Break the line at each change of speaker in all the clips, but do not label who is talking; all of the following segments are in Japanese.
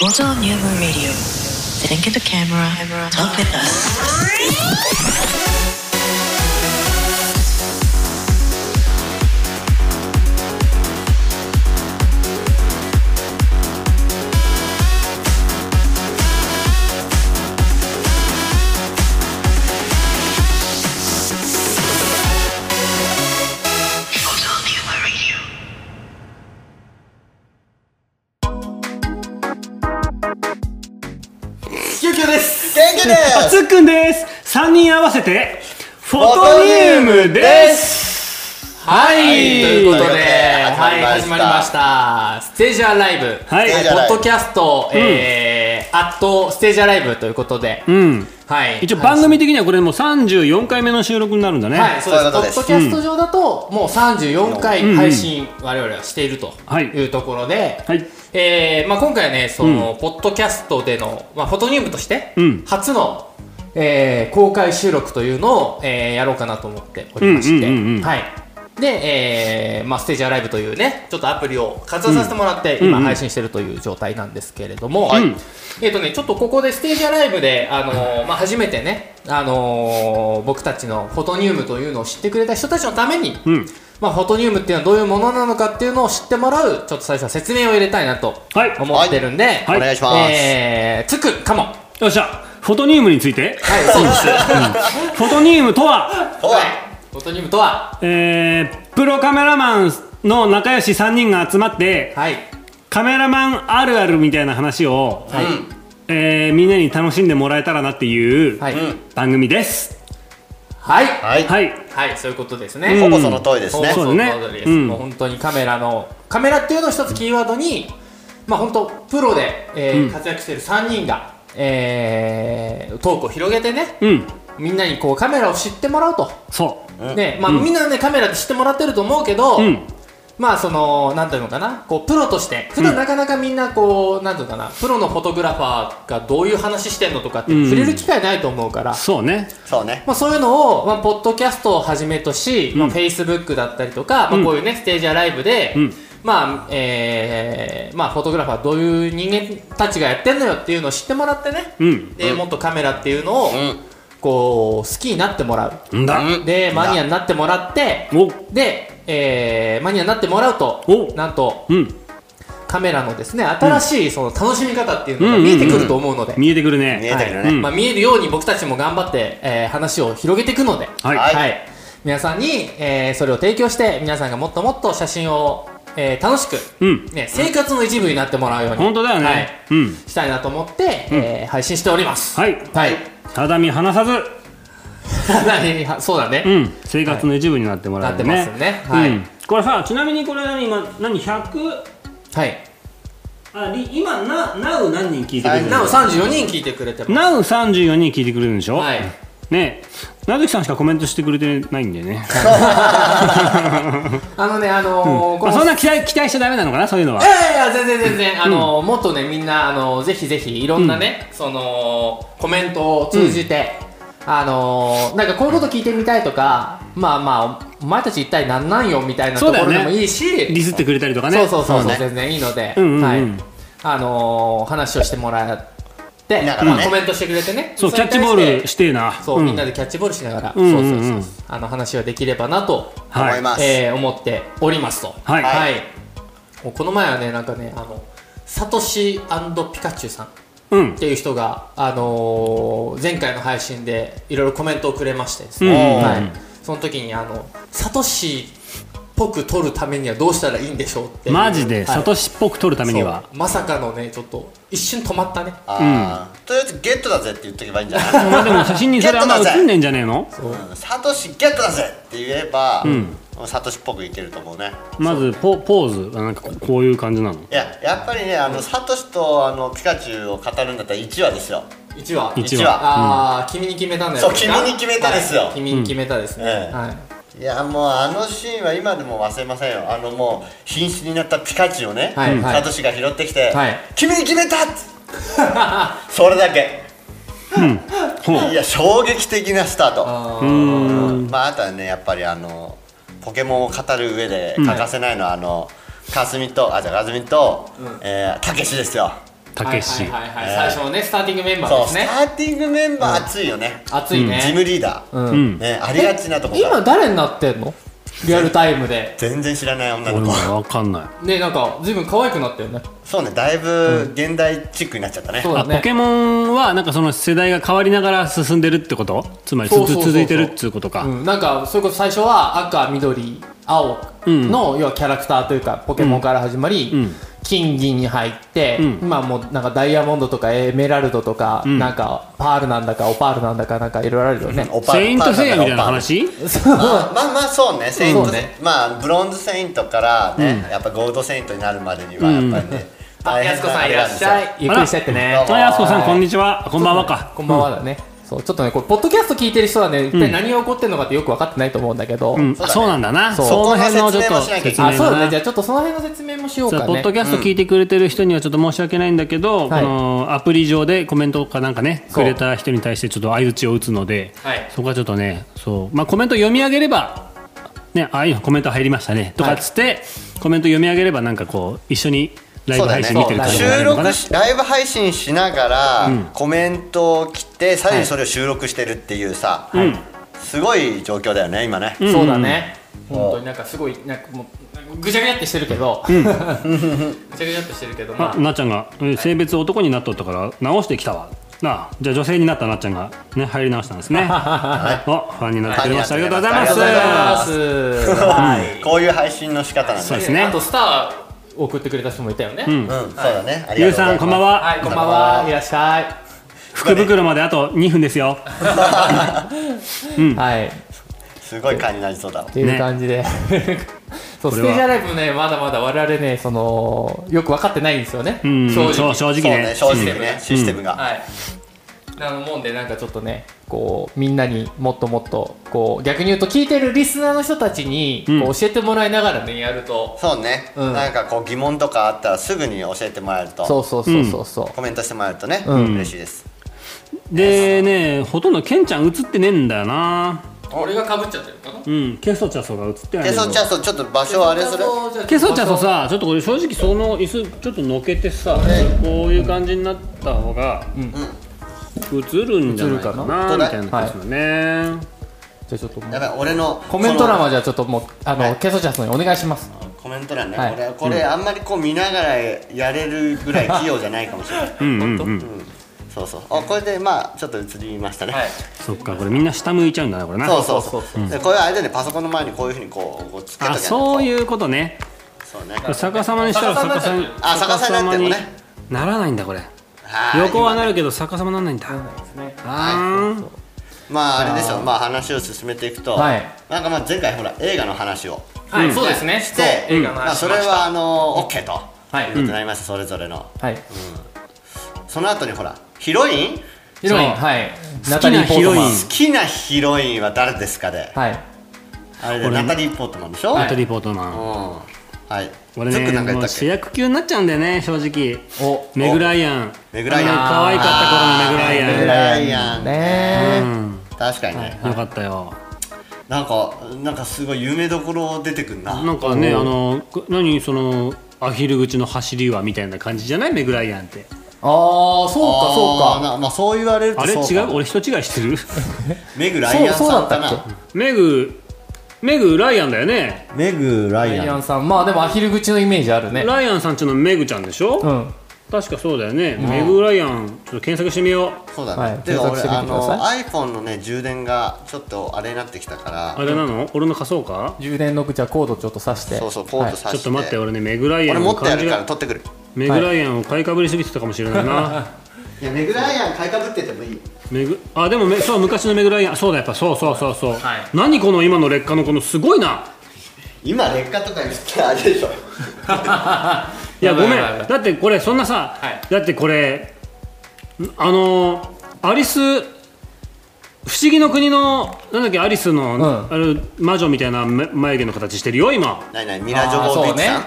Gozo Nuevo Radio. Didn't get the camera. Talk with us.
キュキュです
元気で
あ
す
つっくんです3人合わせてフォトニウムです
はい、ということで、は、
はいい
始
始
ま
ま
り
り
ま
ま
し。
した
ステージアライブ、
はい
ステージア
ポ
ライブ
ッドキャスト、えー、アットステージアライブということで、
うん
はい。
一応番組的にはこれもう34回目の収録になるんだね
はい、そうです。
そういうこ
ポ
と
ッ
です
ドキャスト上だと、もう34回配信、我々はしていると
はい
いうところで、
はい
えーまあ、今回はね、その、ポッドキャストでの、まあ、フォトニウムとして
うん、
初の、えー公開収録というのを、えーやろうかなと思っておりまして、
うんうんうんうん
はい。で、えーまあ、ステージアライブというね、ちょっとアプリを活用させてもらって、今
うんうん
配信してるという状態なんですけれども、
い
えっ、とね、ちょっとここでステージアライブで、あのーまあ、初めてね、あのー僕たちのフォトニウムというのを知ってくれた人たちのために、
うん
まあ、フォトニウムっていうのはどういうものなのかっていうのを知ってもらう、ちょっと最初は説明を入れたいなと
はい
思ってるんで、
はい
お願いします
えー、つくかも。は
よっしゃフォトニウムについて
い、そうです。
フォトニウムとは、
おい
フォトニウムとは、
えー、プロカメラマンの仲良し3人が集まって
はい、
カメラマンあるあるみたいな話を、
はい、
えーみんなに楽しんでもらえたらなっていう
はい、
番組です
はい、
はい、
はい
はい、そういうことですね。
うん
ほぼその通りですね
そ
そうう
だ
だ
ね
ね。
うん
もう本当にカメラのカメラっていうのを一つキーワードに、まあ本当プロで、えー活躍してる三人が、えー、トークを広げてね、
うん
みんなにこうカメラを知ってもらうと。
そう
ね、まあ、みんなねカメラって知ってもらってると思うけど、
うん
まあそのなんていうのかなこうプロとして普段なかなかみんなこう、なんていうのかなプロのフォトグラファーがどういう話してんのとかって
うん
触れる機会ないと思うから、
そうね
そうね
まあ、そういうのを、まあ、ポッドキャストをはじめとし、まあ、フェイスブックだったりとか、
う
ま
ん
あ、こういうね、ステージアライブで、
うん
まあ、えーまあ、フォトグラファーどういう人間たちがやってんのよっていうのを知ってもらってね、
うん
で、もっとカメラっていうのを、こう、好きになってもら
んだ、
うん
う。で、マニアになってもらって、
お
で、えーマニアになってもらうと
お、
なんと、
うん
カメラのですね、新しいその楽しみ方っていうのが見えてくると思うので、
見えてくるね
見えてくる
はい
ね
まあ、見えるように僕たちも頑張って、えー話を広げていくので、
はい
皆さんに、えーそれを提供して皆さんがもっともっと写真を、えー楽しく、
うん
ね、生活の一部になってもらうように
本当だよね、
はい
うん
したいなと思って、えー配信しております
はい
はい、
ただ見放さず、
何 そうだね、
うん、生活の一部になってもらうよね、
はいなってますねはい
うんこれさちなみにこれ何今何100
はい
あり今ななう何人聞いてくれる
なお34人聞いてくれてます
なう34人聞いてくれるんでしょ
はい
ねなずきさんしかコメントしてくれてないんだよね、
あのねあのーこ
まあ、
の
そんな期待期待しちゃダメなのかなそういうの
い
は
やいやいや全然全然あの、もっとねみんなあのぜひぜひいろんなね、そのコメントを通じて、あのなんかこういうこと聞いてみたいとかまあまあお前たち一体なんなんよみたいなと
そう
こ
だよ
ろ
ね
でもいいしそう,、
ディスってくれたりとかね
そうそうそう
そうね
全然いいので、
うんうんうん
はいあの話をしてもらって、
だからね
まあ、コメントしてくれてね
そう
れ
キャ
に
ッ
対
チ
し
ボ
て
ールしてえな
そう、
ん
みんなでキャッチボールしながら、
うんうんうん
そうそうそうあの話はできればなと
は
思
い
います
えー思っておりますと。
はい
もうこの前はね、なんかね、あの、サトシピカチュウさんっ
うん
ていう人が、あのー前回の配信でいろいろコメントをくれましてですね、
うんうんうん
はい、その時に、あの、サトシっぽく撮るためにはどうしたらいいんでしょうっていう。
マジで
はい
サトシっぽく取るためには、
そうまさかのね、ちょっと一瞬止まったね。
あーとりあえずゲットだぜって言っとけばいいんじゃない
まあでも写真にそれあんま映んねえんじゃねえの
うんサトシゲットだぜって言えば、サトシっぽくいけると思うね
まずポポーズあなんかここういう感じなの
いややっぱりねあのサトシとあのピカチュウを語るんだったら1話ですよ
1話。
一
話
ああ、君に決めたんだよ。
そう君に決めたですよ
はい君に決めたですね。
ええ
はい。
いやもうあのシーンは今でも忘れませんよあのもう瀕死になったピカチュウをね、
はいはい
サトシが拾ってきて「
はい
君に決めた!」ってそれだけ
ほう
いや衝撃的なスタート
あ
まああとはねやっぱりあのポケモンを語る上で欠かせないのは、あのかすみとあじゃあかすみと、えーたけしですよ
ー
たけし
はいはいはい
え
は
ー
い、最初のねスターティングメンバー
そ
で
う
す
ス
ね
ターティングメンバー熱いよね、
熱い
ジム
ね、
リーダ
うん
ー、
うん
ねありがちなとこさ
今誰になってんのリアルタイムで
全然知らない女の
俺も
子
わかんない
ねなんか随分可愛くなったよね
そうねだいぶ現代チックになっちゃったね、
そうだ
あ
ね
ポケモンはなんかその世代が変わりながら進んでるってことつまりつ
そうそうそうそう
続いてるっつうことか、
うん、なんかそれこそ最初は赤緑青の、要はキャラクターというかポケモンから始まり、
うん
金銀に入って、
うん
まあもうなんかダイヤモンドとかエメラルドとか、
ん
なんかパールなんだかオパールなんだかなんかいろいろあるよね、
オパ
セイントセイヤみたいな
パール
話
そう
まあまあまあそうねセイント
そう
ねまあブロンズセイントからね、やっぱゴールドセイントになるまでにはやっぱりね、
あ
大変
や
な
すこさ
あ
んい
れな
ら
で
っ
す
し
よ
ゃいゆっくりしてってね
あら
あやすこさん
はい
こんにちはこんばんはか
こんばんはだね、そうちょっとねこれポッドキャスト聞いてる人はね一体何が起こってるのかってよく分かってないと思うんだけど、
うん、
そうだね
そうなんだな
そう
の辺のちょっ
そこの説明も
と
しなきゃいけ
説
な
明
あそうだ
だ
ねじゃ
な
あちょっとその辺の説明もしよう
さ
か
あポッ
ね
ドキャスト聞いてくれてる人にはちょっと申し訳ないんだけど、
はい
あのアプリ上でコメントかなんかね
そ
く
う
れた人に対してちょっと相槌を打つので、
はい
そこはちょっとねそう、まあ、コメント読み上げればねああいうコメント入りましたねとかっつって、コメント読み上げればなんかこう一緒にライ
そ
ブ
うだね
配信見てる感じにな
収
るのかな
録しライブ配信しながら、コメントを来てさらにそれを収録してるっていうさ、
ん
すごい状況だよね今ね、
そうだね、
ん
本当になんかすごいなんかもうぐちゃぐちゃってしてるけど、ぐちゃぐちゃってしてるけどま
あ
あ
なっちゃんがえ性別男になっとったから直してきたわなあじゃあ女性になったなっちゃんがね入り直したんですねおファンになってくれましたありがとうございます
ありがとうございま
あ
す
りがとうございます
こういう配信の仕方なん
そう
だ
で
ね
すね
あとスターを送ってくれた人もいたよね、
うん、そうだねありがとうござ
ゆう
い
さ
ます
んこんばんは、
はいこんばんはいらっしゃい、
福袋まであと2分ですよ
はい
すごい感じになりそうだわ
っていう感じで、 そう
こ
ステ
れ
ー
は
ジアライブねまだまだ我々ねそのよく分かってないんですよね、
うん
正
そ
直
う正直
そうね正
ね
直ねシステムが、
はいなのもんでなんかちょっとねこうみんなにもっともっとこう逆に言うと聞いてるリスナーの人たちに
うん
こう教えてもらいながらねやると、
そうね、
うん
なんかこう疑問とかあったらすぐに教えてもらえると
そうそうそうそうそう、
コメントしてもらえるとね、
うん
嬉しいです
でねほとんどケンちゃん映ってねえんだよな
俺がかぶっちゃってるかな
うんケソチャソが映ってない
でそっちはそうちょっと場所あれする
ケソチャソさちょっと俺正直その椅子ちょっとのけてさこういう感じになった方が映るんじゃないかな
映るかな
みたいな感じだね、
じゃあちょっともう
やばい俺の
コメント欄
その
はじゃあちょっともうあの、
はい
ケソチャソにお願いします
コメント欄ね、
はい
俺これあんまりこう見ながらやれるぐらい器用じゃないかもしれない
うんうんうん
そうそうあこれでまあちょっと映りましたね、
はい
そっかこれみんな下向いちゃうんだなこれな
そうそうそう
そうそうそう
でこれはあれだよねパソコンの前にこういうふうにこうこうつけと
あ
け
そう
う
いうことね
そうね
逆さまにしたら逆
逆
さ
さま
に
になっ
あ逆さになってもね
ならないんだこれ
あー
横はな
今ね
るけど逆さまなんないんだ
ですね
あー
まああれですよまあ話を進めていくと、
はい
なんかまあ前回ほら映画の話を
はい、
うん
そうですねし
し、
て映画の
まあ、
話し
そ
ま
れ
した、
はあの OK と、
はい
いうことになりましたそれぞれの
はい
その後にほらヒロイン好
ヒロイン
そう
はい
好きなヒロイン
きなヒロインは誰ですかで、
はい
あれで
俺ね
ナタリー・ポートマンでしょ、
ア
は
ウ
い、
トリポートマ
う
ン
んはい
俺
ズックな
ね
んか
も
言
う
ったっ
主
け
役級になっちゃうんだよね正直
お
メグライアン
メグライアン
あの可愛かった頃のメグライアン
メグライアン
ね
うん
確かにね、
よかったよ
なんかなんかすごい有名どころ出てくんな
なんかねあのく何そのアヒル口の走りはみたいな感じじゃないメグライアンって
ああそうかそう
あー
か
なまあそう言われると
あれ
そうか
違う俺人違いしてる
メグライアン
そうそう
さ
だ
ん
っ
か
たっけ
な
メグメグライアンだよね
メグラ
ラ
イ
イア
アン
ンさんまあでもアヒル口のイメージあるね
ライアンさんちのメグちゃんでしょ、
うん
確かそうだよね、メグライアンちょっと検索してみよう
そうだ
は
ね、
い
てか
検
俺
索して
あ
みてくだ
の
さ
iPhone のね充電がちょっとあれになってきたから
あれなの俺の貸そうか
充電の口はコードちょっと挿して
そうそうコードさして、
ちょっと待って俺ねメグライア
俺
ン
持
を
ってや
感じ
るから
が
取ってくる
メグライアンを買いかぶりすぎてたかもしれないな
いやメグライアン買いかぶっててもいい
めぐあでもめそう昔のメグライアンそうだやっぱそうそうそうそう、
はい
何この今の劣化のこのすごいな
今劣化とか言ってあれでしょ
いやごめん
や ばいやばい
だってこれそんなさ、
はい
だってこれあのーアリス不思議の国のなんだっけアリスの、
ん
あれ魔女みたいなめ眉毛の形してるよ今
ないないミラ・ジョボビッチさん、
あー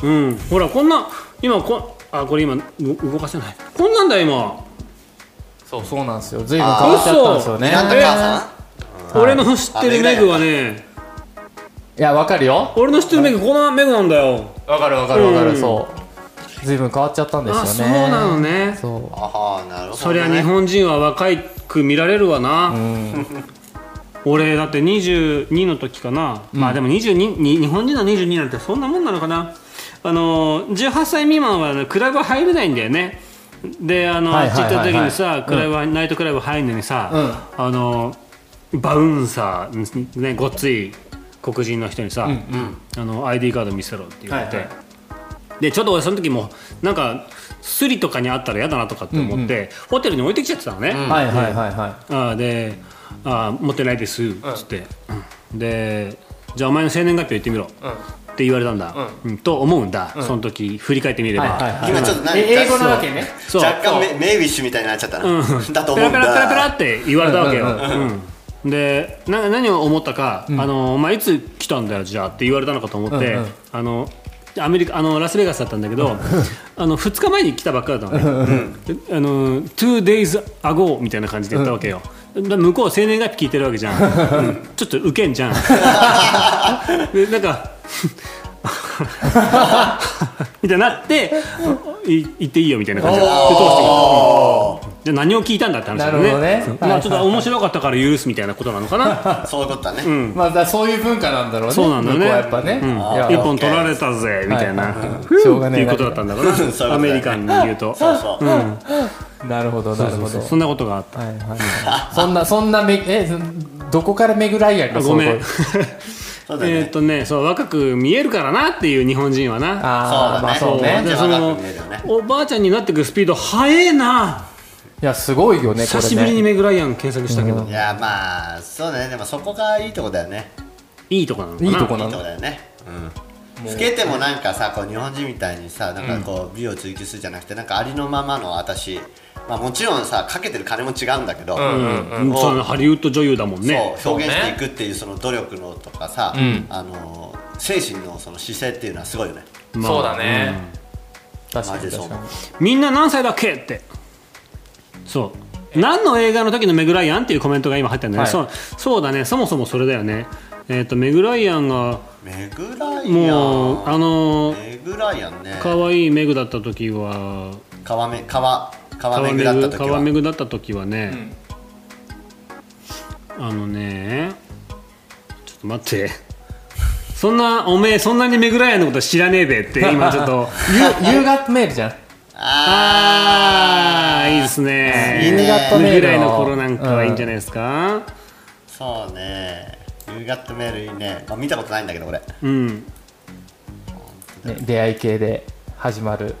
そ
うんほらこんな今こあこれ今う動かせないこんなんだよ今
そうそうなんですよ随分変わっちゃったんですよね
ミランダ
えー
母さん、
俺の知ってるメグはね
いやわかるよ
俺の知ってるメグこのメグなんだよ
わかるわかるわか
う
る
ん
そ随分変わっちゃったんですよ
あ
ね
そうなのね
そう
ああなるほど、ね、
そりゃ日本人は若いく見られるわな、俺だって22の時かな、まあでも22に日本人の22なんてそんなもんなのかなあの18歳未満はクラブ入れないんだよねであの、
はいはいはいはい
あっち行った時にさ
うん
クラブは、ナイトクラブ入るのにさ、あのバウンサー、ね、ごっつい黒人の人にさ、あの ID カード見せろって言われて、
はいはい
でちょっと俺その時もなんかスリとかにあったら嫌だなとかって思って、ホテルに置いてきちゃってたのね、
はいはいはいはい
あーであー持ってないです」っつって、うんで「じゃあお前の生年月日言ってみろ」って言われたんだ、うんと思うんだ、その時振り返ってみれば、
はいはいはい
今ちょっと何
え英語なわけね
そう
若干メメイウィッシュみたいになっちゃったな、 だと思うんだ
ペラペラペラペラって言われたわけよ、
うんうん
うんでな何を思ったか「あのお前いつ来たんだよじゃあ」って言われたのかと思って、
うんうん
あのアメリカあのラスベガスだったんだけどあの2日前に来たばっかりだったのねであの「2 days ago」みたいな感じで言ったわけよ、だ向こう生年月日聞いてるわけじゃん、うんちょっとウケんじゃん でなんかみたいになってい「行っていいよ」みたいな感じでで通してじゃあ何を聞いたんだって話だよ
な
ね
るほどね
そうまあ、ちょっと面白かったから許すみたいなことなの かな
そういうことだね、
まあだからそういう文化なんだろうね
そうなんだよ
向こ
ね
うはやっぱね、
うん
いや
一本取られたぜみたいな、
はいはいはい
ふう
しょうが
っ
ね
てい
え
う
な
ことだったん だろう
そういうことだ
な
ね
アメリカンに言うと
そうそう、
なるほどなるほど
そうそんなことがあった
はいはいはいそんなそんなめえそどこから巡らいやん
あ
か
ごめん
そ
え
ういうこ
そうだよね
ーっとねそう若く見えるからなっていう日本人は
と
な
ああまあ
そ
そう
だ
うね
ね
で
ね
その
若く見えるよね
おばあちゃんになってくスピード速えない
やすごいよねこ
久
れ
しぶりに
ね
メグライアン検索したけど、
いやまあそうだねでもそこがいいとこだよね
いいとこなのかない
いとこ
いい
な
と
の
こだよねうん老けてもなんかさこう日本人みたいにさなんかこう美を追求するじゃなくてなんかありのままの私まあもちろんさかけてる金も違うんだけど、
うんそのハリウッド女優だもんね
そう表現していくっていうその努力のとかさ、あの精神のその姿勢っていうのはすごいよね
まあ
そうだね確か
マジ
に
でそう
確か
思う
に
みんな何歳だっけってそう何の映画の時のメグライアンっていうコメントが今入ったんだよ
は
ね、そうそうだねそもそもそれだよねえっ、とメグライアンが
メグライアン
もうあのー
メグライアンね
可愛いメグだった時は
川め川川
川
めぐ
メ
だった
グ
時
川
は
メグだった時はね、あのねちょっと待ってそんなおめえそんなにメグライアンのこと知らねえべって今ちょっ と
ゆ夕方メールじゃん
ああいいですね
いいね
ぐらいの頃なんかはいいんじゃないですか、
そうね夕方メールいいね、まあ、見たことないんだけど俺
うん、
ね出会い系で始まる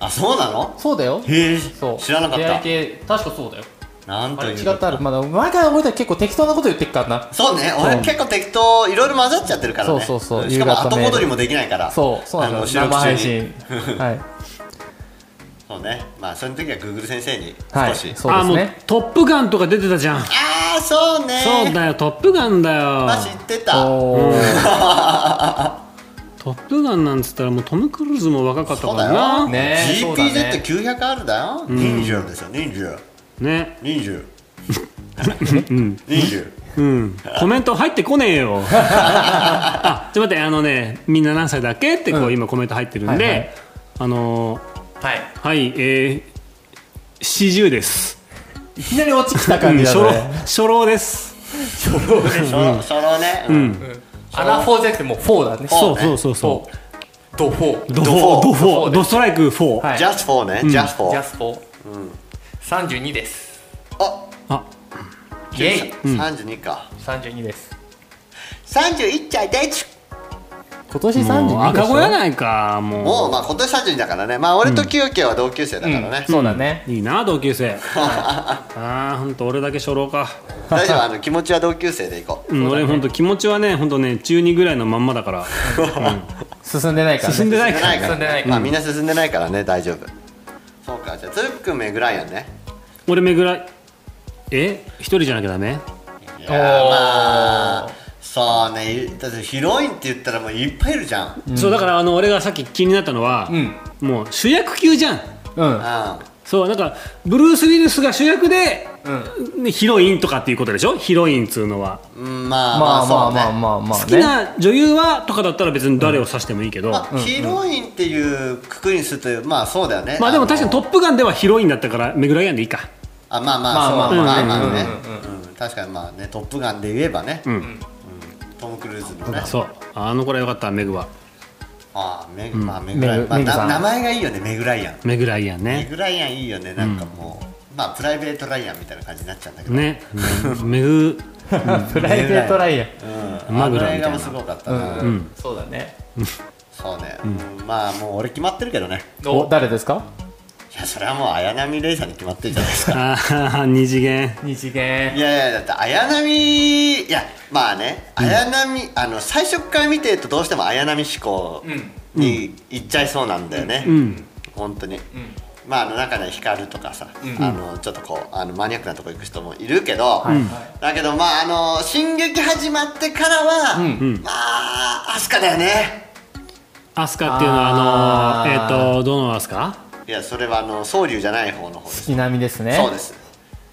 あそうなの
そうだよ
へえ
そう
知らなかっ
出会い
た
系確かそうだよ
なん
あ
と
れ
いう
違ったあるまだ前から覚えたら結構適当なこと言ってっからな
そうね俺結構適当いろいろ混ざっちゃってるからね
そうそうそうん
しかも
夕方
後
メール
戻りもできないから
そうそうな
あ
ん
の
です
収
よ
録
生
中
配
に
信 はい
そうねまあその時はグーグル先生に
は
少
い
し、
そう
あ
で
も
す
う
ね
「トップガン」とか出てたじゃん、
ああそうね
そうだよ「トップガン」だよ
まあ知ってた
おー
「トップガン」なんつったらもうトム・クルーズも若かった
そう
か
だ
ら
よ、
なね
ねえそうだね
GPZ900R だよ、20ですよ202020
ん
20
うん、コメント入ってこねえよ あちょっと待ってあのねみんな何歳だっけってこう、今コメント入ってるんで、
はいはい
あの
はい
ーはいえー、40です
いきなり落ちきた
う
感
ん
じだ
初老
ね
初老です
そのそのね、うん、
アラフォーじゃなくてもうフォーだね
フォー
そうそうそうそ
そうドフォ
う
ー
ドフォードフォードストライク4、
はい
just for ね、just
ジ
for
ャスフォー32です
あ
あ
イェイ
32か
32です
31歳です
今年
もう
32でし
赤
ょ
子やないか
もう
も
まあ今年32だからねまあ俺とキュウキュウは同級生だからね、
そうだね
ういいな同級 生ああほんと俺だけ初老か、
大丈夫あの気持ちは同級生でいこう
うん俺ほんと気持ちはねほんとね中2ぐらいのまんまだ から
進んでないからね
進んでな
進んでな
い
いから
進んでないから
まあみんな進んでないからね大丈夫そうかじゃあつるくんめぐらいやね
俺めぐらいえ一人じゃなきゃダメ
いやーまあそうねだってヒロインって言ったらもういっぱいいるじゃん、うん、
そうだからあの俺がさっき気になったのは、もう主役級じゃん
うん
あ
そうなんかブルース・ウィルスが主役でねヒロインとかっていうことでしょヒロインっつうのは、
うんまあま
ま
あ
あま
そ
あ
う
まあ
ね
まあまあ
好きな女優はとかだったら別に誰を指してもいいけど、
まあヒロインっていうくくりにするというまあそうだよね
まあでも確かに「
の
トップガン」ではヒロインだったからメグライアンでいいか
あまあまあそう
まあ
まあま
ま
あ
あ
まあね
う
うん確かにまあね「トップガン」で言えばね
ん
うんトム・クルーズのね
そうあの頃はよかったメグは
ああメグまあメグライアン
メグ
まあ
メグさ
なん名前がいいよねメグライアン
メグライアン
メ
ね
グライアンいいよねなんかもうまあプライベートライアンみたいな感じになっちゃうんだけど
ねメグ
プライベートライアン
うん
マグロ
あの
みたいな
映画もすごかったな
うんそうだね
そうねうんまあもう俺決まってるけどね
お誰ですか
いやそれはもう綾波レイさんに決まってるじゃないですか
ああ二次元
二次
い
元
やいやだって綾波いやまあね綾波、あの最初から見てるとどうしても綾波志向に行っちゃいそうなんだよね、
うん
本当に、まああの中で光とかさ、あのちょっとこうあのマニアックなとこ行く人もいるけど、だけどまああの進撃始まってからは、
ん
まあアスカだよね
アスカっていうのはあの
あ
えっ、
ー
とどのアスカ
いやそれはあの総流じゃない方の方です
月並みですね
そうです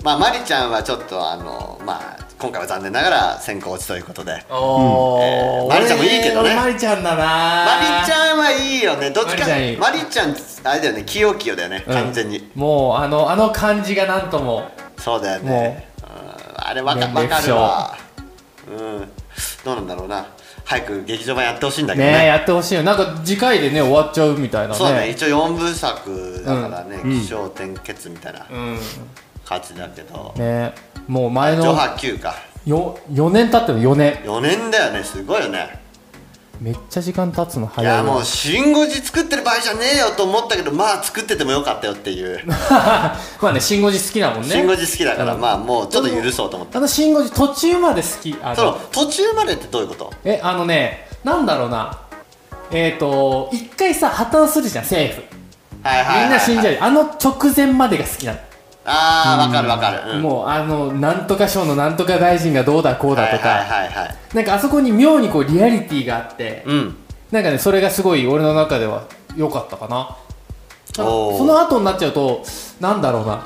まあマリちゃんはちょっとあのまあ今回は残念ながら先行落ちということで
おお
うんマリちゃんもいいけどね
マリちゃんだな
マリちゃんはいいよねどっち
マリ
か
ちゃんいい
マリちゃんあれだよね清清だよね、
うん
完全に
もうあのあの感じがなんとも
そうだよね
も
うんあれわか
年齢
わか
不
る
詳
わうんどうなんだろうな早く劇場版やってほしいんだけどね
ねやってほしいよなんか次回でね終わっちゃうみたいなね
そうだね一応4部作だからね、起承転結みたいな
うん
感じだけど、
ねもう前
ジョ
の
ハ Q か
よ4年経ってる4年
4年だよねすごいよね
めっちゃ時間経つの
い
早い
や
な
もう新五時作ってる場合じゃねえよと思ったけどまあ作っててもよかったよっていう、
まあね新五時好きだもんね
新五時好きだから
うん
まあもうちょっと許そうと思った
あの新五時途中まで好きあの
その途中までってどういうこと
えあのねなんだろうなえっ、ー、と一回さ破綻するじゃん政府
はいはいはいはい
みんな死んじゃうあの直前までが好きなの
ああわかるわかる、うん、
もうあのなんとか省のなんとか大臣がどうだこうだとか、
はいはいはいはい
なんかあそこに妙にこうリアリティがあって、
うん
なんかねそれがすごい俺の中では良かったかななんか
おー
その後になっちゃうとなんだろうな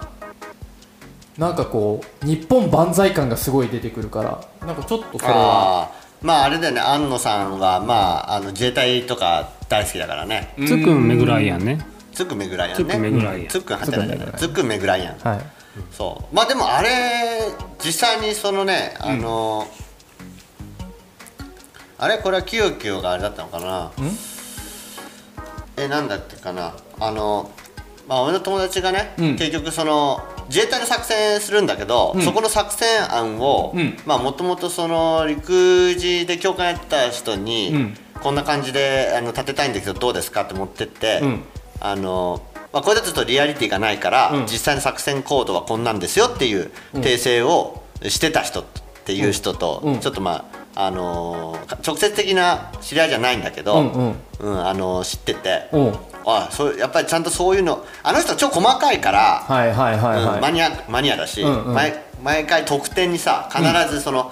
なんかこう日本万歳感がすごい出てくるからなんかちょっとそれは
あーまああれだよね安野さんはまああの自衛隊とか大好きだからね
つっくんメグライアンね
つっくんめぐらいやんね
つっくんめぐらいやん
うんつっくんはてなだよねつっくんめぐらいやん
はい
そうまあでもあれ実際にそのねあの、あれこれはキヨキヨがあれだったのかなえなんだってかなあのまあ俺の友達がね、
うん
結局その自衛隊の作戦するんだけど、そこの作戦案を、
うん
まあもともとその陸自で教官やってた人に、
うん
こんな感じであの立てたいんだけどどうですかって持ってって、
うん
あのまあ、これだとちょっとリアリティがないから、
うん
実際の作戦行動はこんなんですよっていう訂正をしてた人っていう人と、
うんうん
ちょっとまあ、あのー直接的な知り合いじゃないんだけど、
うんうん
うんあの知ってて、
うん
あそうやっぱりちゃんとそういうのあの人超細かいから、
はいはいはい
うんマ
はい
ニアマニアだし、
うんうん
毎毎回特典にさ必ずその、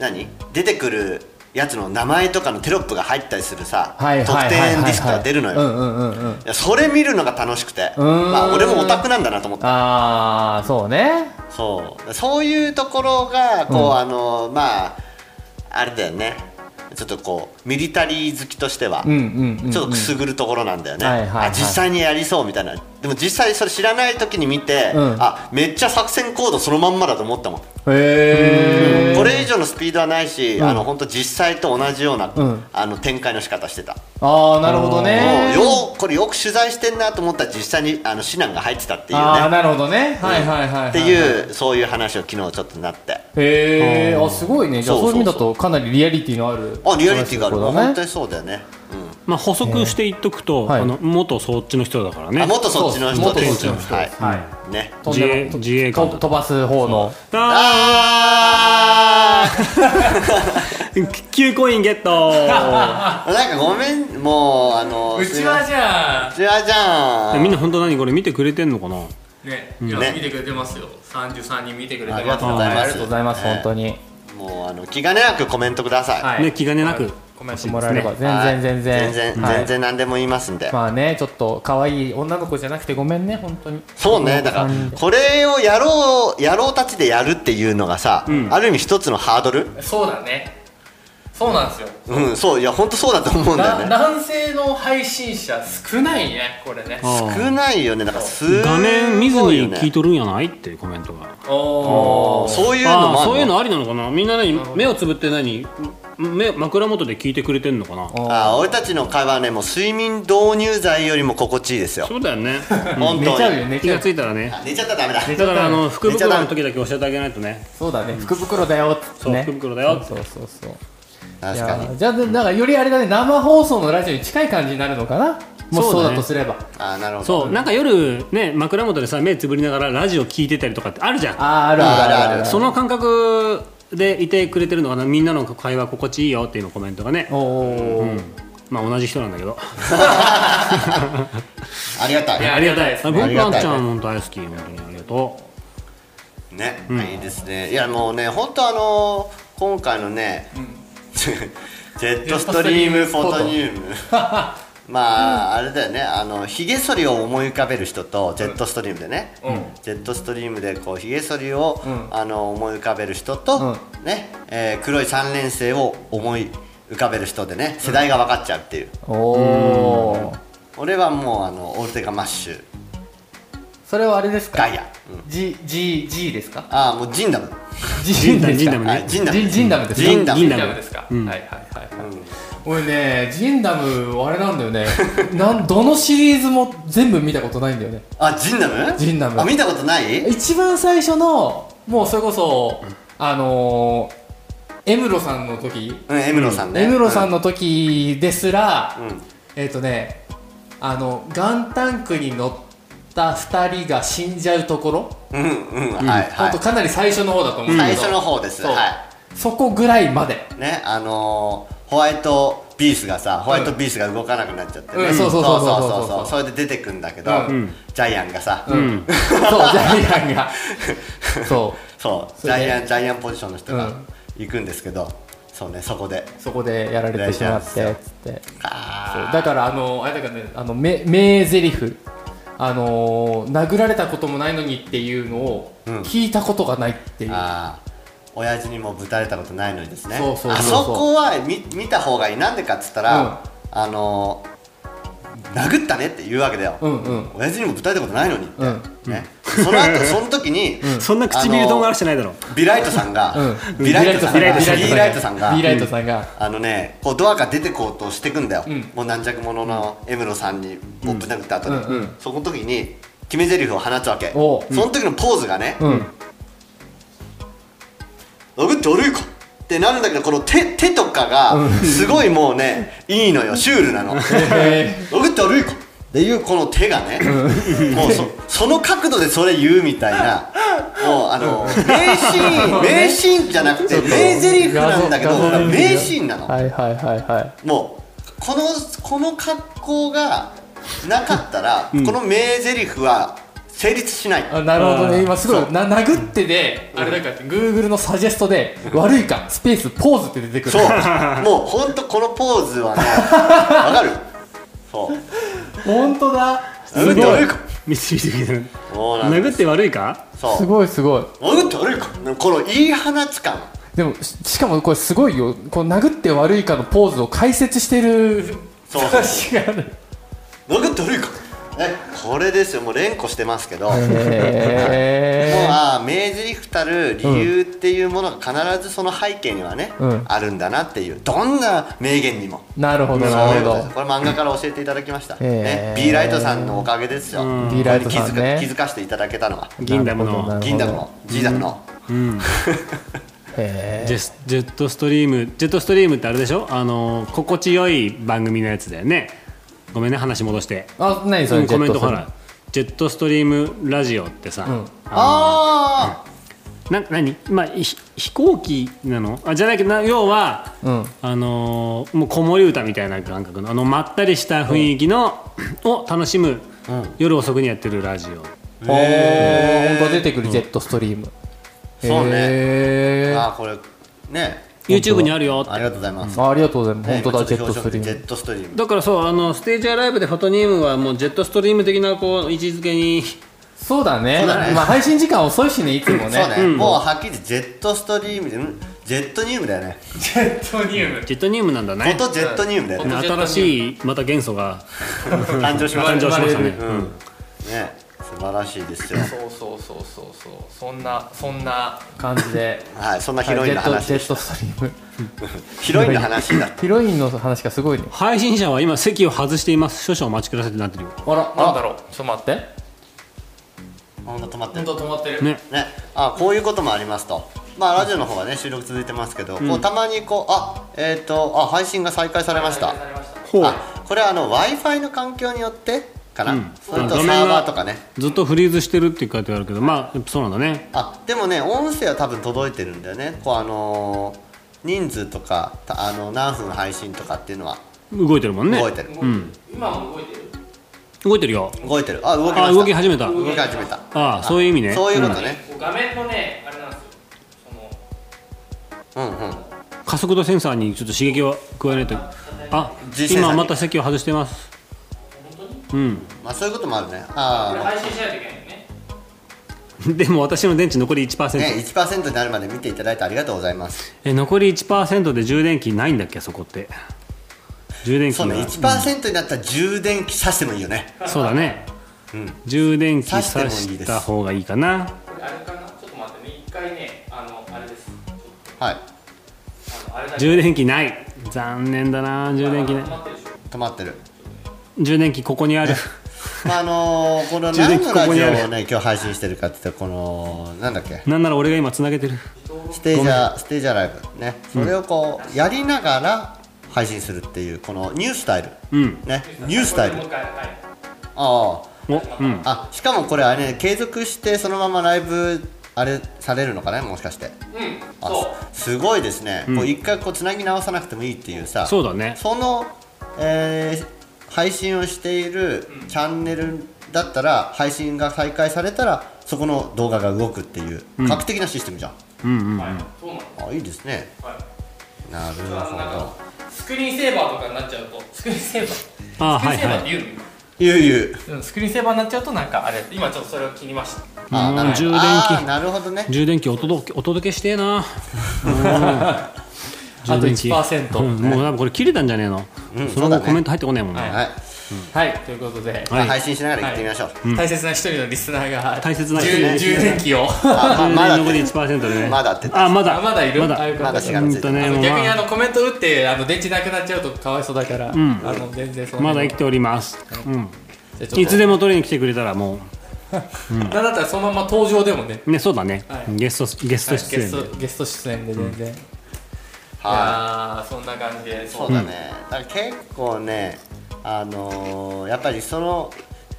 何出てくるやつの名前とかのテロップが入ったりするさ、
はいはいはい
特
はい
典ディスクが出るのよ、
うんうんうんうん
いやそれ見るのが楽しくて、
ーん
まあ、俺もオタクなんだなと思った
ああそうね
そうそういうところがこう、あのまああれだよねちょっとこうミリタリー好きとしては、
うんうんうん、うん、
ちょっとくすぐるところなんだよね、
はいはいはい
あ実際にやりそうみたいなでも実際それ知らない時に見て、
うん
あめっちゃ作戦行動そのまんまだと思ったもん、
へえ
これ以上のスピードはないし、
ん
あの本当実際と同じような、
うん
あの展開の仕方してた、
ああなるほどね
もうよこれよく取材してんなと思ったら実際にあの指南が入ってたっていうね
ああなるほどねはいはいはいはは
っていうそういう話を昨日ちょっとなって
へえあすごいねじゃあ
そう
そういう意味
そう
だと
そ
かなりリアリティのある
あリアリティがある、
話だ
本当
ね
にそうだよね、
まあ補足して言っとくと、
はい
あの元そっちの人だから
うん、あ
ね
もっとそっちの人
そう
で
元
す
そっちの人
はい、
は
ね
い飛んで
自衛自衛官
と飛ばす方の
あ
あ
ー Q コインゲット
ーなんかごめんもうあのすいません
じゃ
うちはじゃん
みんな本当何これ見てくれてんのかな
ね
やね見
てくれてますよ33人見てくれ
ありがとうございます
ありがとうございます
ね
本当に
もうあの気兼ねなくコメントください、
はい
ね気兼ねなく
コメントもらえれば全然全然
全然、
はい
全然何でも言いますんで、
まあねちょっと可愛い女の子じゃなくてごめんね本当に
そうねだからこれをやろうやろうたちでやるっていうのがさ、ある意味一つのハードル
らそうだねそうなんですよ、
うんそういや本当そうだと思うんだよね
男性の配信者少ないねこれね
少ないよねだからす
画面見ず
ごいよ
に
ね
聞いとるんやないっていうコメントが
おー
そういうの
あ
も
あ
ある
そういう
の
のありなのかなみんな何目をつぶって何目枕元で聞いてくれてんのかな
あー俺たちの会話はねもう睡眠導入剤よりも心地いいですよ
そうだよね
本
寝ち
当
ゃう
に
よ寝
気
ちゃ
が
う
ついたらね
あ寝ちゃったらダメだ
寝ち
だ
ゃ
か
った
らあの福
寝ちゃ
袋
ダメ
の時だけ教えてあげないとね
そうだね福袋だよっつってね
そう福袋だよ
そうそうそうそうい
確か
や
に
じゃあなんかよりあれだね生放送のラジオに近い感じになるのかなもし
そ
そうう
だね
だとすれば
あーなるほど
そうなんか夜ね枕元でさ目つぶりながらラジオ聞いてたりとかってあるじゃん
あーあるあるあるあ
あるあ
る
る
その感覚でいてくれてるのかなみんなの会話心地いいよっていうのコメントがね
おおー、
まあ同じ人なんだけど
ありがたい
い やありがたいですね
僕
ありが
は
たい
ちゃん本当大好き本当にありがと
ね、いいですねいやもうね本当あのー今回のね、 ジェットストリームフォトニウムまあ、あれだよねあのひげ剃りを思い浮かべる人とジェットストリームでね、
うん
ジェットストリームでこうひげ剃りを、
ん
あの思い浮かべる人と、ねえー黒い三連星を思い浮かべる人でね世代が分かっちゃうっていう、
おお
俺はもうあのオルテガマッシュ
それはあれですか
ガイア、うん
G, G, G ですか
ああもうジンダム
G
ダム
ですか
ジンダムね
はいジンダム
ジンジンダムですか
ジンダム
ジンダムですか、
うん
はいはいはい、はい
うん
俺ねジンダムあれなんだよね なんどのシリーズも全部見たことないんだよね
あジンダム
ジンダム
あ見たことない
一番最初のもうそれこそあのー、エムロさんの時、
うんエムロさんね
エムロさん
の
の時ですら、
うん
えっ、とねあのガンタンクに乗った2人が死んじゃうところ、
うんうんはい
ほん
は
と
い
かなり最初の方だと思うんだけ
最
ど
初の方です
そう
は
そこぐらいまで
いねあのーホワイトビースがさホワイトビースが動かなくなっちゃってね
うんそうそうそうそうそう
そうそれで出てくんだけど
うん
ジャイアンがさ
ううん
そうジャイア ンがそ
そう
そ
ジ
れ
ャ
で
イアンジャイアンポジションの人
う
が
ん
行くんですけどそうねそこで
うそこでやられてしまっ
いら
て
っしゃいま
つってそう
あ
だからあのあれだからねあの名名台詞あのー殴られたこともないのにっていうのを
うん
聞いたことがないっていう、
ーあー親父にもぶたれたことないのにですね
そうそうそうそう
あそこは見見た方がいいなんでかっつったらあのー殴ったねって言うわけだよ
うんうん
親父にもぶたれたことないのにって、
うん
ね、その後その時に、
そんな唇とんがらしてないだろ
ビライトさんが、
うん
ビライトさんが
ビ
ビ
ライトさんが
ライトさんが
ビライトさんが
あのねこうドアが出てこうとしてくんだよ、
うん
もう軟弱者のエムロさんにもうぶん殴った後に、
うんうん
そこの時に決め台詞を放つわけ
おう
その時のポーズがね
うん、
「殴って悪いか!」ってなるんだけどこの手手とかがすごいもうねいいのよシュール なの。
え
殴って悪いかっていうこの手がねもうそその角度でそれ言うみたいなもうあの名シーン名シーンじゃなくて名台詞なんだけど
画像
名シーンな
ー
の
はいはいはいはい
もうこのこの格好がなかったらこの名台詞は成立しない
あなるほど
あー
ね今すご
そ
いな殴ってであれだから Google のサジェストで悪いかスペースポーズって出てくる
そうもうほんとこのポーズはねわかるそう
本当だ
殴って悪いか
見て見て見て
そうなんで
殴っ
す
て悪いか
そ
す
う
ごいすごい
殴って悪いかこの言い放つ感
でもししかもこれすごいよこの殴って悪いかのポーズを解説してる
そう
話がある
殴って悪いかえこれですよもう連呼してますけど、もう
へ
あー名台詞たる理由っていうものが必ずその背景にはね、
うん
あるんだなっていうどんな名言にも。
ーなるほど
そう
な
い
る
うこと
ほ
ですこれ漫画から教えていただきました、
へ
ね、
ー
B ライトさんのおかげですよ、
うん
B ライトさんね
これに気づか気づかせていただけたのは
ど
銀ダムの
なるほど
銀だの G だの、
うん
へ
ジェスジェットストリームジェットストリームってあれでしょあの心地よい番組のやつだよねごめんね話戻して
ーあ何そ
うん
れ
コメントほ
ジェッ
らジェットストリームラジオってさ、
ん
あ
な何まあひ飛行機なのあじゃないけどな要は、
うん
あのーもう子守歌みたいな感覚のあのまったりした雰囲気の、 を楽しむ、夜遅くにやってるラジオ
トおー本当出てくるジェットストリーム
そうね
へ
ー
ー
あーこれね
YouTube にあるよ
ありがとうございます、
あありがとうございます。本当だ、
ね
ジ
今ち
ェッ
ょっ
トス
と表
トリー
彰ジ
ム。
ェットストリーム
だからそうあのステージアライブでフォトニウムはもうジェットストリーム的なこう位置づけに
そうだね。
そうだね
まあ、配信時間遅いしね、いつもね。
そうね、もうはっきりジェットストリームでんジェットニウムだよね
ジェットニウム。
ジェットニウムなんだね
ことジェットニウムだよね
うん
新しいまた元素が
誕生しま
誕
し
生
た
しましたね
我
うんね素晴らしいですよ
そうそうそうそうそう。そんな、そんな感じで。
はいそんなヒロインの
はい
話
ジェ
で
ットジェットストリーム。
ヒロインの話だ
ヒロインの話がすごいね。
配信者は今席を外しています少々お待ちくださいってなってるよ
あら、なんだろう。ちょっと待って。
本当止まって
本
る
当止まってる。
ね
ねあこういうこともありますとまあラジオの方はね収録続いてますけど、こうたまにこうあえっ、とあ配信が再開されました、
ほう
あこれはあの w i f i の環境によってかな、
うん
それと
あ
サ
画
ー
面が
バーとかね
ずっとフリーズしてるって書いてあるけどまあそうなんだね
あでもね音声は多分届いてるんだよねこうあのー人数とかたあの何分配信とかっていうのは
動いてるもんね
動いてる、
うん
今も動いてる。
動いてるよ
動いてるあ動きました
あ動き始めた
動き始めた
あそういう意味ね
そういうことね、
画面のね、あれなんですよ。その。
うん、うん
加速度センサーにちょっと刺激を加えないとあ
実際に
今また席を外してますうん
まあそういうこともあるねあ
信しないといけないよね。
でも私の電池残り
あ
1%、
ね1%になるまで見ていただいてありがとうございます
え残り1%で充電器ないんだっけそこって充電器
そうね
が
1%になったら充電器さしてもいいよね
そうだね、
うん
充電器さ
挿してもいいです
した方がいいかな
これあれかな。ちょっと待ってね。一回ね、あの、あれです。
はい
あのあれだけ
充電器ない残念だな充電器ない
待ってるでしょ。
止まってる
充電器ここ にある
まああのー、この
充電
何
器
の
こ
ラ
こ
ジ
にある
オをね今日配信してるかって言ったらこのなんだっけ
なんなら俺が今つなげてる
ステージャーステージャーライブねそれをこうやりながら配信するっていうこのニュースタイル
うん
ねニュースタイル
もう一回、はい。
ああ
おうん
あしかもこれあれね継続してそのままライブあれされるのかねもしかして
うん。
あ
そう。
すごいですね、こう一回こうつなぎ直さなくてもいいっていうさ
そうだね
その、えー配信をしているチャンネルだったら配信が再開されたらそこの動画が動くっていう画期的なシステムじゃん、
うんうん
はい。そうなの。
あいいですね
はい。
なる
あのなん
ほ
か
ど
スクリーンセーバーとかになっちゃうとスクリーンセーバースク
あ
リー
は
ン
い
セーバーって
はい
言うの、
ゆうゆう
うんスクリーンセーバーになっちゃうとなんかあれ今ちょっとそれを切りました
あなるほ
充
ど
電器
あーなるほどね
充電器お届けお届けしてえな
あと
う
1%、
ん、もう多分これ切れたんじゃねえの、
うん
そ
そ
の
うだ
後
ね
コメント入ってこないもんね、
はい、
はいということで、
まあ
はい
配信しながら行ってみましょう、
大切な一人のリスナーが
大切な人
充充電器を
あまま
充
だ
電残り1%でね
まだって
あまだ
あまだいる
まだ
あよか
ま
ったで
だ
す
しがみついて
うんと
あ
ね
の
まあ
逆にあのコメント打ってあの電池なくなっちゃうとかわいそうだから、
ん
あの全然その
まだ生きております、うん、い
い
つ
つで
でも取りに来てくれたらも
もなんだったらそのまま登場でもね
うねそうだね、
はい
ゲストゲスト
ゲ
出演
ス
で、
トゲスト出演で全然、い
はい
やーそんな感じで
そうだね、だから結構ねあのーやっぱりその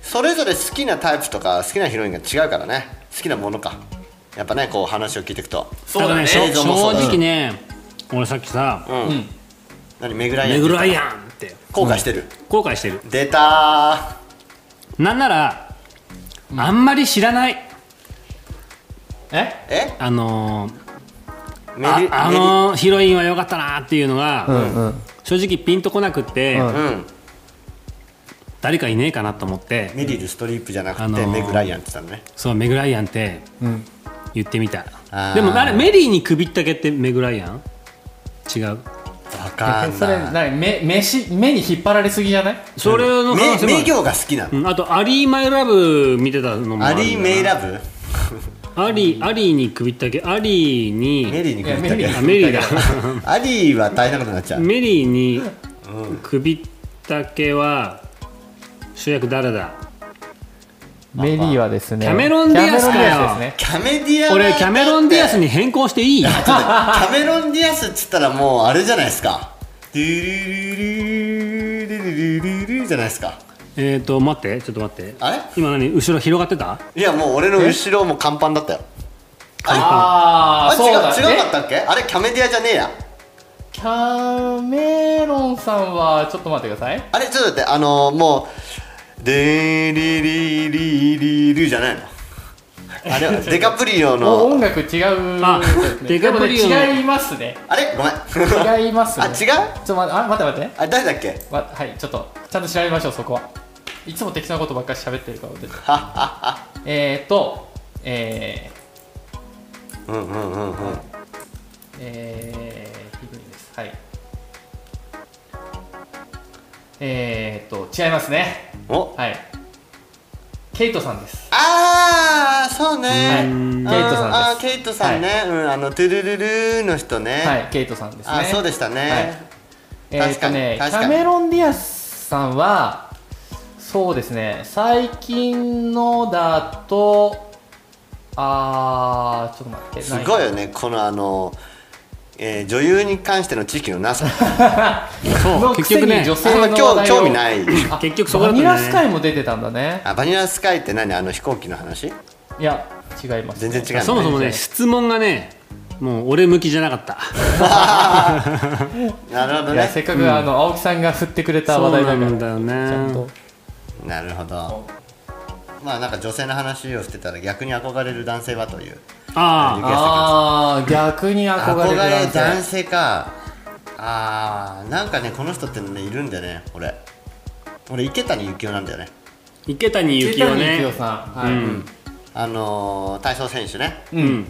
それぞれ好きなタイプとか好きなヒロインが違うからね好きなものかやっぱねこう話を聞いていくと
そうだね
ただ
映
ねし
像
ょ
もそうだ
正直ね俺さっきさ
うん、
ん
何メグ
「
ライアン
めぐらいやん!」って
後悔してる、
後悔してる
出た
なんならあんまり知らない
え
ーえ
あのー
メ
あ
リ
あのーヒロインは良かったなーっていうのが、
うんうん
正直ピンとこなくって、
うん
メリうん
誰かいねえかなと思って
メリルストリープじゃなくて、
あのー
メグライアンって言ったのね
そうメグライアンって
うん
言ってみた
あー
でもあれメリーに首ったけってメグライアン違う
わかん
それ
ない
何目目し目に引っ張られすぎじゃない
それの
め
話もあ
名
る
行が好きなの、
うんあと「アリー・マイ・ラブ」見てたのもあ
ア
るんだな
リー・メイラブ
アリーアリーに首ったけアリー
メ
に
リーに来る
いや
あメリーだ
アリーは大変なことになっちゃう
メリーに首ったけは主役誰だ
メリーはですね
キャメロンディアスかよ
キャメロンディアスですね
キャメディア
俺キャメロン・ディアス
に
に変更していい
ちょっとキャメロン・ディアスっつったらもうあれじゃないですかドゥルルルルルルルルルじゃないですか
えっと待ってちょっと待って
あれ
今何後ろ広がってた
いやもう俺の後ろも乾パンだったよ
あ
あ
あそうだ
違う違うかっ
ね
たっけあれキャメディアじゃねえや
キャメロンさんはちょっと待ってください
あれちょっと待ってあのー、もうデーリリリリルじゃないのあれはデカプリオ
もう
の
音楽違う
あ
ですね
デカプリオの
でもね違います ね
あれごめ ん
違いますね
あ違う
ちょっと待ってあ待って待って
あ誰だっけ
わはいちょっとちゃんと調べましょうそこはいつも適当なことばっかり喋ってるから私 えーとえー、
うんうんうんうん
えー、ひどいですはいえーと違いますね
お
はいケイトさんです
ああそうね、
はい
うん
ケイトさんです
あーケイトさんね、うんあのトゥルルルーの人ね、
はいケイトさんですね
あーそうでしたね、
えーっとね、キ
確かに
ャメロン・ディアスさんは、そうですね、最近のだと、あー、ちょっと待って、
すごい
い
よねこのあの、えー女優に関しての知識のなさ
そ
の
う
く
結
せに
局ね
女
あ
性
ん
の
ま
話
興
題を
興味ない
あ
結局そこだ
バ
った
ニ
ね
ラスカイも出てたんだね。
あバニラスカイって何あの飛行機の話
いや、違います、
全然違う
そもそもね質問がねもう俺向きじゃなかった
なるほど
いや、せっ
ね
かく、あの青木さんが振ってくれた
そ
話題
う
だ
な
から、
んだよ
ちゃん
ね
と。
なるほどまあなんか女性の話をしてたら逆に憧れる男性はという
ああ
あー、逆に憧れ
憧
る
れ
男
る
性
男性かあーなんかねこの人ってねいるんだよね俺俺池谷幸雄なんだよね
池谷幸雄
池谷
ね
幸雄さん、はい
うん
あのー、体操選手ね、
うん
うん、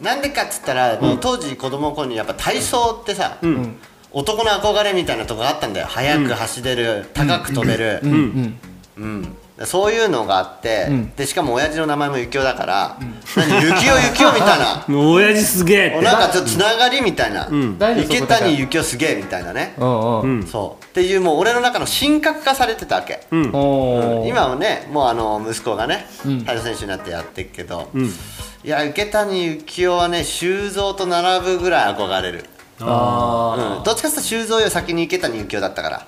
なんでかっつったら、もう当時子供の頃にやっぱ体操ってさ、
うん
男の憧れみたいなとこがあったんだよ速く走れる、高く飛べる、
うんうん
うんそういうのがあって、
うん
でしかも親父の名前も幸雄だから、何幸雄幸雄みた いな
もう親父すげえ
お
って
なんかちょっとつながりみたいな、
ん
大丈夫
池
そこだから
谷幸雄すげえみたいなね、
うんうん
うん
そうっていうもう俺の中の神格化されてたわけ、
うん
おー
今はねもうあの息子がね
うん
体操選手になってやってるけど、
うん
いや池谷幸雄はね修造と並ぶぐらい憧れる、
あー
うん、どっちかっていうと修造より先に池谷幸雄だったから、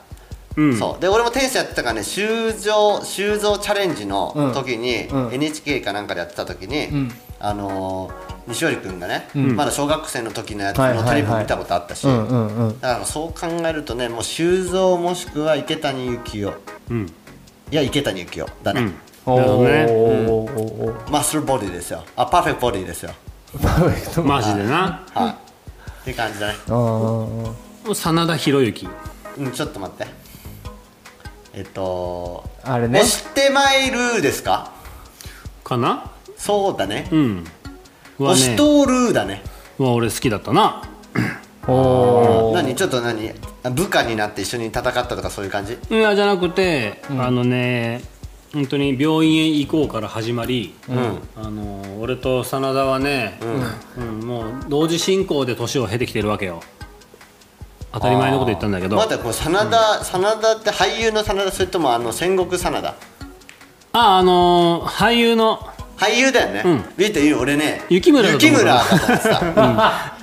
うん
そうで俺もテニスやってたからね修造修造チャレンジの時に、
うんうん
NHK かなんかでやってた時に、
ん
あのー西織君がね、
ん
まだ小学生の時のやつ
はいはい
の
はい
テレビも見たことあったし、
うんうんうん
だからそう考えるとねもう修造もしくは池谷幸雄
うん
いや池谷幸雄だね、
うん
お
なるほどね
おー おー
マッスルボディですよあパーフェクトボディですよ
パーフェクト
マジでな
はい、っていう感じだね
あー
真田広之
うんちょっと待ってえっと
あれね
押してまいるですか
かな
そうだね
うんは
押し
ね
とるだね
は俺好きだったな
おー
何ちょっと何部下になって一緒に戦ったとかそういう感じ
いやじゃなくてあのね本当に病院へ行こうから始まり
うん
あの俺と真田はね、うんもう同時進行で年を経てきてるわけよ当たり前のこと言ったんだけど
まだこう真田、真田って俳優の真田それともあの戦国真田
ああのー俳優の
俳優だよね、
うん
ビートいい俺ね
雪村だと
雪
思う
村だと思って た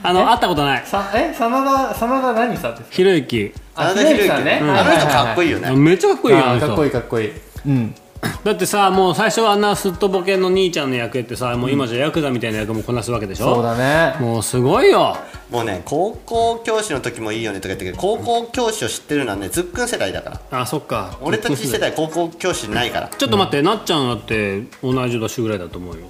あの会ったことない
さえ真田真田何さんですか
ひろゆき
真田広之
さんね
あの人かっこいい
よ
よね、
めっちゃかっこいいよあの人
かっこいいかっこいいうん
だってさもう最初はあんなすっとぼけの兄ちゃんの役やってさもう今じゃヤクザみたいな役もこなすわけでしょ
そうだね
もうすごいよ
もうね高校教師の時もいいよねとか言ってるけど高校教師を知ってるのはねずっくん世代だから
あそっか
俺たち世代高校教師ないから
ちょっと待って、なっちゃんだって同じ年ぐらいだと思うよ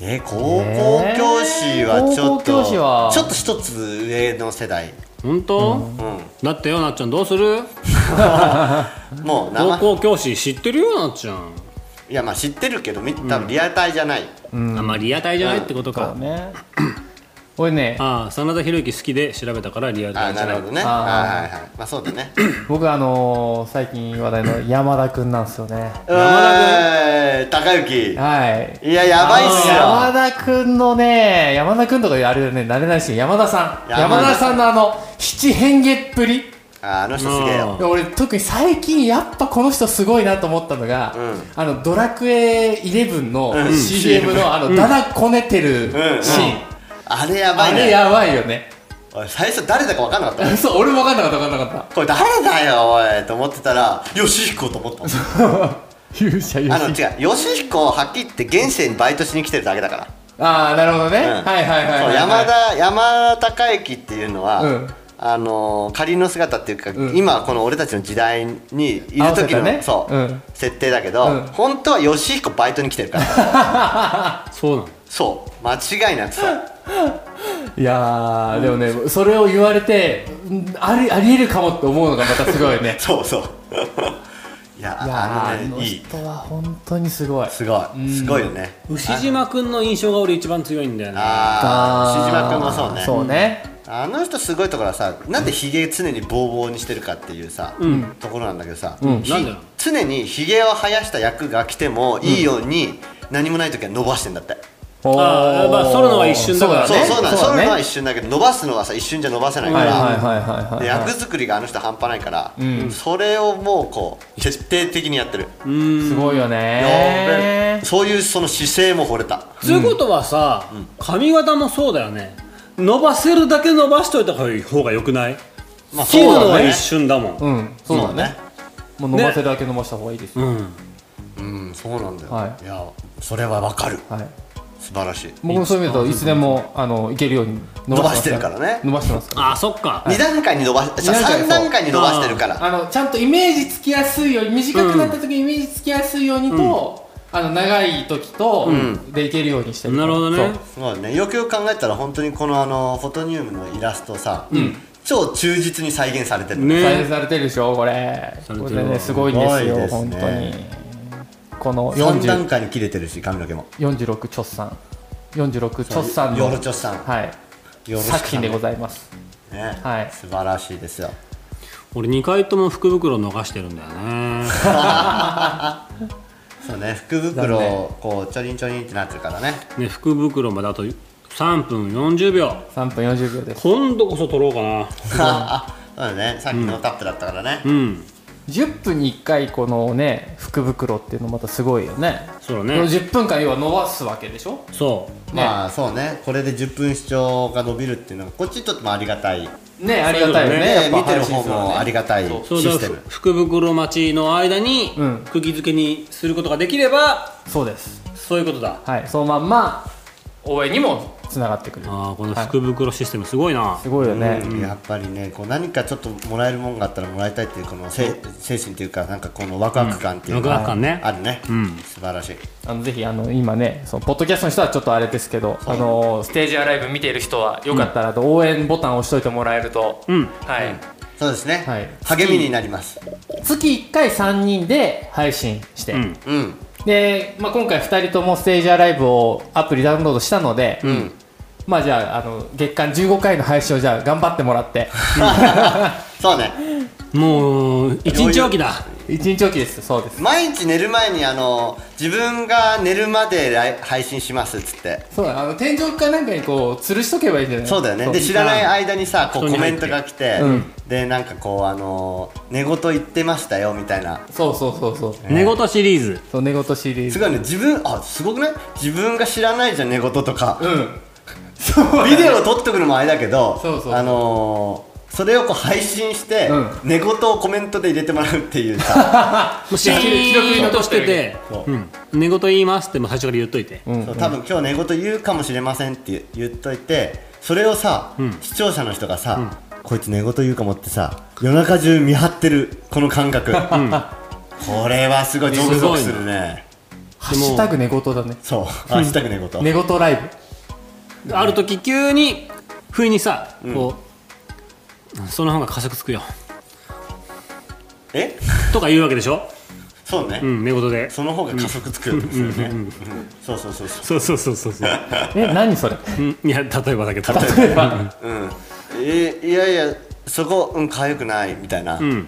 えー高校教師はち
高
ょっ
校教師は
とちょっと一つ上の世代
本当、
う
だってよなっちゃんどうする
んもう名
高
前
校教師知ってるよなっちゃん、
いやまあ知ってるけどみ多分リアタイじゃない
あんまあリアタイじゃないってことか、
そうね俺ね
ああ真田広之好きで調べたからリア
あ
タ
あ
イじゃ
な
ない
るほどね
あー
はいはいはいまあそうだね
僕あのー最近話題の山田くんなんですよね
えー高之
はい
いややばいっす
山
よ
田くんのね山田くんとかあれだね慣れないし山田さん
山
山
田
田さんのあの七変化っぷり
ああの人すげえ
う
よ
ん
いや俺特に最近やっぱこの人すごいなと思ったのが、
うん
あのドラクエ11の
うん
CM のあのだだこねてる
うん
シーン、
あれやば
あ
い
れ
ね
やばいよね
おい最初誰だか分かんなかっ た
そう俺も分かんなかった分かんなかっ
これ誰だよおいと思ってたらヨシヒコと思った
た勇者
あの
勇者
違うヨシヒコはっきり言って現世にバイトしに来てるだけだから
ああなるほどね、
うん
はいはいはいはい
そう
はい
山田山田孝之っていうのは、
うん
あの仮の姿っていうか、今この俺たちの時代にいる時
合わせた
の、
ね
そう、
うん
設定だけど、
うん
本当は吉彦バイトに来てるから
そうなの
そう間違いなくそう
いやーでもねそれを言われてんありありえるかもって思うのがまたすごいね
そうそういや
いや
あ
ーあ
の
の
ねいい
人は本当にすごい
すごいすごいよね
牛島くんの印象が俺一番強いんだよね
ああ
ー
牛島君もそうね
そうね
あの人すごいところはさなんでひげ常にボーボーにしてるかっていうさ、ところなんだけどさ、ひ
なんでなの
常にひげを生やした役が来てもいいように何もない時は伸ばしてんだって、
おー
あーまあ剃るのは一瞬だからね
そうそうなんそ
だ
ういう
ね
のは一瞬だけど伸ばすのはさ一瞬じゃ伸ばせないか
はい
ら、
はいはいはいはい
で役作りがあの人半端ないから、
ん
それをもうこう徹底的にやってる、
うーん
すごいよね
やべそういうその姿勢も惚れた
つうことはさ、髪型もそうだよね伸ばせるだけ伸ばしといた方がよくない
まあ
切るの
そうだ
は
ね
一瞬だもん、
うんそうだねもう伸ばせるだけ伸ばした方がいいですよ
うん
うんそうなんだよ、
はい
い、やそれはわかる
はい
素晴らしい
僕もそういう意味だといつでもあのいけるように伸ます
伸ばしてるからね
伸ばしてますから
あそっか、
2段階に伸ばし
二段階
3段階に伸ばしてるから
あのちゃんとイメージつきやすいように短くなった時にイメージつきやすいようにと、あの長い時と、でいけるようにしてる
なるほどね
そうねよくよく考えたら本当にこのあのフォトニウムのイラストさ、超忠実に再現されてる、
そう再生
ね
されてるでしょこれ
され
こ
てるわ
れねすごいんですよ
すごい
本
で
当
す
に
ね
この
3段
40
階に切れてるし髪の毛も
46チョッさん46チョッさんの
ヨロチョスさん
はい
よろしく
作品でございます
ね、
はい
素晴らしいですよ
俺2回とも福袋逃してるんだよね
そうね福袋をこうちょりんちょりんってなってるからね
ね福袋まであと3分40秒
3分40秒です
今度こそ取ろうかな
そうだねさっきのタップだったからね、
うん
10分に1回このね福袋っていうのまたすごいよね
そう
これ
だ
を
ね
10分間要は伸ばすわけでしょ
そう
まあそうねこれで10分視聴が伸びるっていうのはこっちにとってもありがたい、
ねありがたいよね
ね
やっぱ
見てる
配信
方
すのはね
もありがたい
そう
シ
だ
ス
か
テ
ら
ム
ふ福袋待ちの間に
うん
釘付けにすることができれば
そうです
そういうことだ
はいそのまんま応援にもつながってくる
あーこの福袋システムすごいな、
すごいよね
やっぱりねこう何かちょっともらえるもんがあったらもらいたいっていうこのせ、精神というかなんかこのワクワク感っていうの
ワクワク
が
感ね
あるね、
ん
素晴らしい
あのぜひあの今ねそのポッドキャストの人はちょっとあれですけどあのステージアライブ見ている人はよかったらあと応援ボタンを押しといてもらえると
うん
はい
そうですね、
はい
励みになります
月1回3人で配信して
うん
うん
でまあ今回2人ともステージアライブをアプリダウンロードしたので
うん
まあじゃああの月間15回の配信をじゃあ頑張ってもらって
そうね
もう一日おきだ
1日おきですそうです
毎日寝る前にあの自分が寝るまで来配信しますっつって
そうだあの天井かなんかにこう吊るしとけばいいんじゃない
そうだよねで知らない間にさこ
人
う
に
コ
入
メ
って
ントが来て、
うん
でなんかこうあの寝言言ってましたよみたいな
そうそうそうそう
寝言シリーズ
そう寝言シリー
す
ズ
ごいね自分あすごくない自分が知らないじゃん寝言とか、
うんそう
ビデオを撮っとくのもあれだけど
そうそう
あのー、それをこう配信して、
うん
寝言をコメントで入れてもらうっていうさ
もうシーンとしてて
そう、
うん、寝言言いますってもう最初から言っといて、
うん
そう多分今日寝言言うかもしれませんって言っといてそれをさ、視聴者の人がさ、こいつ寝言言うかもってさ夜中中見張ってるこの感覚、これはすごいゾクゾクするね
ハッシュタグ寝言だね
そう「ハッシュタグ寝言」
寝言ライブ
ある時急に不意にさ、こうその方が加速つくよ
え
とか言うわけでしょ、
そうね、
うん、寝言で
その方が加速つくんですよね、うんそうそうそうそう
そうそうそうそ うそう、
え何それ
うん、いや例えばだけど
例えば
うんえいやいやそこうんかゆくないみたいな、
うん、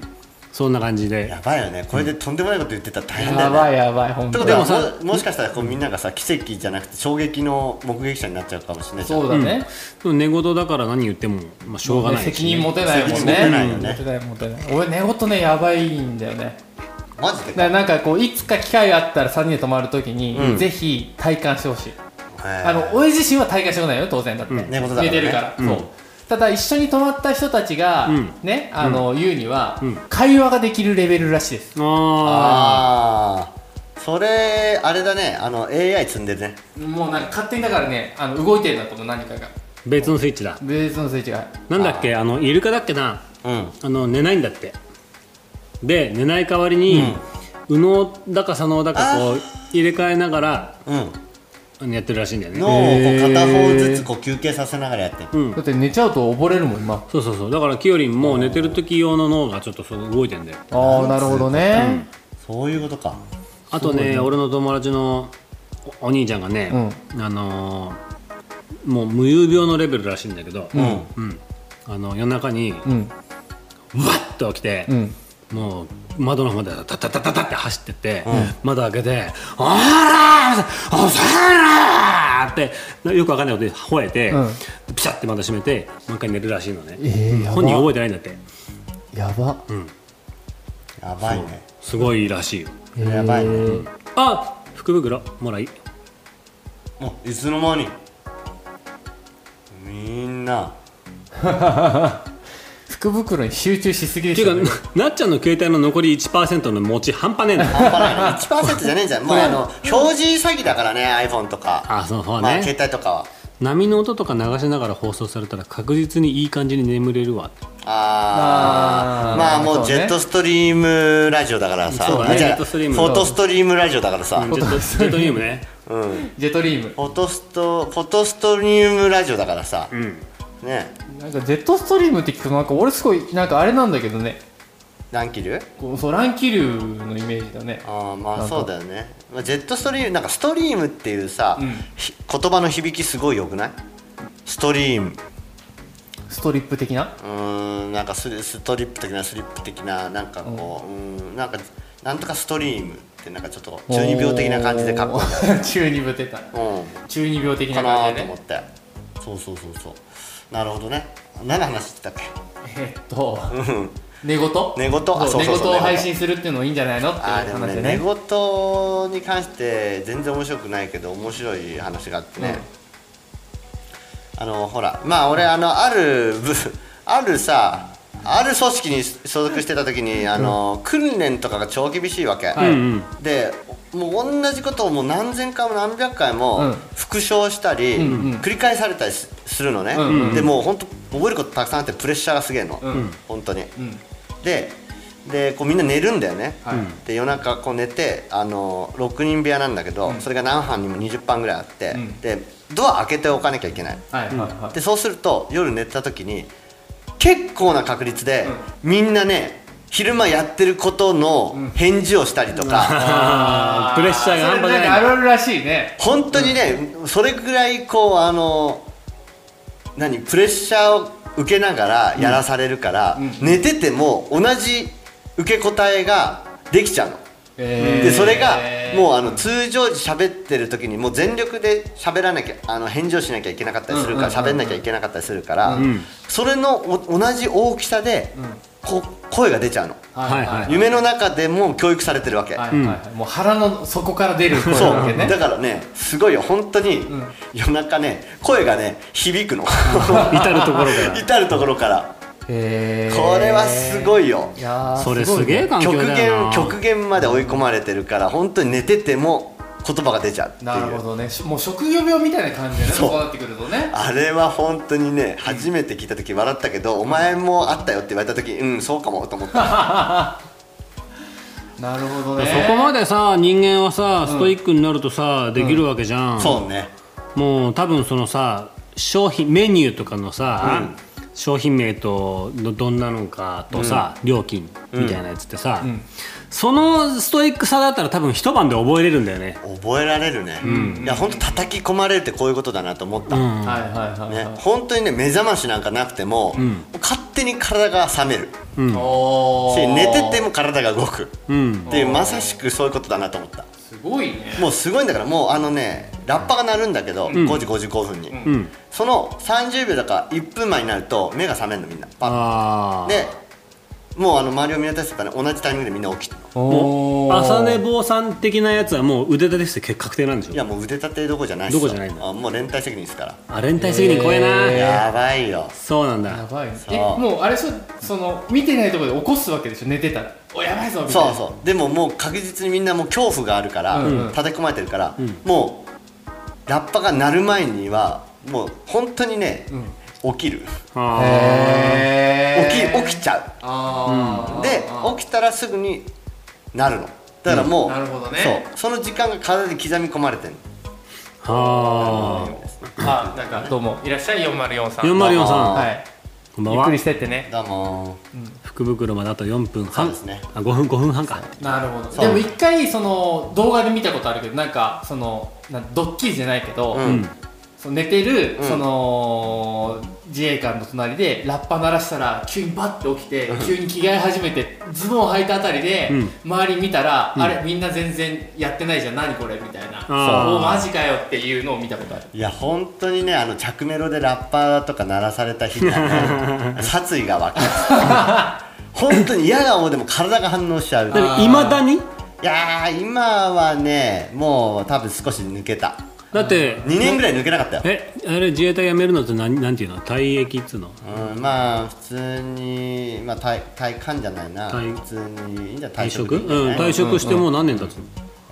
そんな感じで
やばいよねこれでとんでもないこと言ってたら大変だ
や
よ
ばい
ね
やばい本
って
当
ことは
だ
ももしかしたらこうみんながさ奇跡じゃなくて衝撃の目撃者になっちゃうかもしれないじゃん
そうだね
でも寝言だから何言っても、まあ、しょうがないし、ね、
責任持てないもんね
責任持てないよね
持てない持てない俺寝言ねやばいんだよね
マジ
だ
で
からなんかこういつか機会があったら3人で泊まるときに、
うん
ぜひ体感してほしいあ
あ
の俺自身は体感してこないよ当然だって、
寝言だからね
てるから、
うん
そうただ一緒に泊まった人たちが、
うん
ねあの、言うには、
ん
会話ができるレベルらしいです
あ
あーそれあれだねあの AI 積んでるね
もうなんか勝手にだからねあの動いてるんだと思う何かが
別のスイッチだ
別のスイッチが
なんだっけあのイルカだっけな
うん
あの寝ないんだってで寝ない代わりに、右脳だか左脳だかこう入れ替えながら
うん
あのやってるらしいんだよね
脳をこう片方ずつこう休憩させながらやってる
うん
だって寝ちゃうと溺れるもん今
そうそうそうだからきよりんも寝てる時用の脳がちょっとそう動いてんだよ
ああなるほどね
そういうことか
あとね俺の友達のおお兄ちゃんがね、あのーもう無遊病のレベルらしいんだけど、
うん
うんあの夜中に
うんうん
うわっと起きて、
うん
もう窓の方までタタタタタって走ってって、窓開けて「おらーおらー!」ってよくわかんないことで吠えて、
うん
ピシャって窓閉めてもう一回寝るらしいのね、
えー
うん
やば
本人覚えてないんだって
やば
やばいね
すごいらしいよ
やばいね
えー
あ福袋もらい
もういつの間にみんな
福袋に集中しすぎで
って
し
い
ょ
うかななっちゃんの携帯の残り1%の持ち半端ねえな
半端ないね1%じゃねえじゃんもうあの表示詐欺だからね iPhone とか
あそうそう
まあ
ね
携帯とかは
波の音とか流しながら放送されたら確実にいい感じに眠れるわ
あ
あー
ー
まあも
そうう
ジ
ね
ェットストリームラジオだからさ
そうだね
あじゃあ
ジ
フ
ェットストリーム
ォトストリームラジオだからさ
ちょっとステートニウムね
うん
ジェトリーム
フォトストフォトストリームラジオだからさ
うん
ね
なんかジェットストリームって聞くとなんか俺すごいなんかあれなんだけどね
何キル
こうそう乱気流のイメージだね
あ
な
あまあ
んか
そうだよね、まあ、ジェットストリームなんかストリームっていうさ、
うん
ひ言葉の響きすごいよくないストリーム
ストリップ的な
うーんなんかスリストリップ的なスリップ的ななんかこう、うーんなんかなんとかストリームってなんかちょっと中二病的な感じでかっこいい
いい 中二病出た
う
中二病的
ん
な
かな
感
ー
じ
と
で
思っ
ね
てそうそうそうそうなるほどね何の話してたっけ
えっと
うん
寝言
寝言あ
そ
そう
寝
うそ
言
うそう
を配信するっていうのいいんじゃないのっていう
あーでも
話
ね
で
寝
ね
言に関して全然面白くないけど面白い話があってね、あのほらまあ俺あのある 部あるさある組織に所属してた時にあの、訓練とかが超厳しいわけ、
はい
うん
でもう同じことをもう何千回も何百回
う
も
ん
復唱したり、
んうん
繰り返されたりすするのね、
うんうん
でもう本当覚えることたくさんあってプレッシャーがすげえの、
うん
本当に。
うん
ででこうみんな寝るんだよね、
はい
で夜中こう寝てあの6人部屋なんだけど、それが何班にも20班ぐらいあって、
ん
でドア開けておかなきゃいけない
はいはいは
でそうすると夜寝た時に結構な確率で、みんなね昼間やってることの返事をしたりとか、
あープレッシャー
い
が
そ
半
れ
端じ
なん
ゃない
かあるあるらしいね
本当にね、それぐらいこうあの何プレッシャーを受けながらやらされるから、寝てても同じ受け答えができちゃうの。
で
でそれがもう
う
あの通常時喋ってる時にもう全力で喋らなきゃあの返事をしなきゃいけなかったりするか
うんうん
ら
うんうん
喋んなきゃいけなかったりするから
ん
それのお同じ大きさでこ声が出ちゃうの
はいはい
夢の中でも教育されてるわけ
はいはいはいもう腹の底から出る声
そう
なわけね
だからねすごいよ本当に夜中ね声がね響くの
うん至るところか
至る所から
へー
これはすごいよ
いや
ら
ー
それすげえ
ごいね
環境
極
だよ
限
な
極限まで追い込まれてるから本当に寝てても言葉が出ちゃうっていう
なるほどねしもう職業病みたいな感じだね
そう
そうなってくるとね
あれは本当にね初めて聞いた時笑ったけど、お前もあったよって言われた時うんそうかもと思った
なるほどね
そこまでさ人間はさストイックになるとさ、できるわけじゃん、
そうね
もう多分そのさ商品メニューとかのさ、商品名とどどんなのかとさ、料金みたいなやつってさ、そのストイックさだったら多分一晩で覚えれるんだよね、
覚えられるね、いや本当叩き込まれるってこういうことだなと思った、
うん
はいはいはい
ね
は、い
本当にね目覚ましなんかなくても、勝手に体が覚める
お
し
ー
寝てても体が動く
うん
っていうまさしくそういうことだなと思った
すごいね
もうすごいんだからもうあのねラッパが鳴るんだけど、5時55分に、
うん、
その30秒だか1分前になると目が覚めるのみんなパッ
あー
でもうあの周りを見渡してたら同じタイミングでみんな起きてる
もう
ー
朝寝坊さん的なやつはもう腕立てして結確定なんでしょ
いやもう腕立てどころじゃないっす
どこじゃないんだ
あもう連帯責任ですから、
あ連帯責任怖えな、
えー
やばいよ
そうなん
や
だ
ばいね
そう
えもうあれそその見てないところで起こすわけでしょ寝てたらおやばいぞみたい
そ
な
うそうでももう確実にみんなもう恐怖があるから、
うんうん
叩き込まれてるから、
ん
もうラッパが鳴る前にはもう本当にね、起きる
あ
起き起きちゃ
あ
う
ー
で
あー
起きたらすぐになるのだからもう、
なるほどね
そうその時間が体で刻み込まれてる
ーあー
あなんかどうもいらっしゃい404さん
404さん
はい
こんばん
ゆっく
は
りしてってね
どうも
福袋まであと4分半
そうですね
あ5分5分半か
なるほど
そう
でも一回その動画で見たことあるけどなんかそのなんドッキリじゃないけど、
うん
うん
その寝てる、
うん
その自衛官の隣でラッパ鳴らしたら急にバッて起きて急に着替え始めてズボン履いたあたりで、
うん
周り見たら、あれみんな全然やってないじゃん何これみたいなそう
あー
おマジかよっていうのを見たことある
いや本当にねあの着メロでラッパーとか鳴らされた日にはね殺意が湧く本当に嫌なもんでも体が反応しちゃう
でもいまだに
いやー今はねもう多分少し抜けた
だって
2年ぐらい抜けなかったよ、
えあれ自衛隊辞めるのって何なんていうの退役っつうの
うん、まあ普通にまあ体体感じゃないな
体
普通にいいんじゃない
退
退職で
職
いいんじゃ
うん
ない
退職してもう何年経つの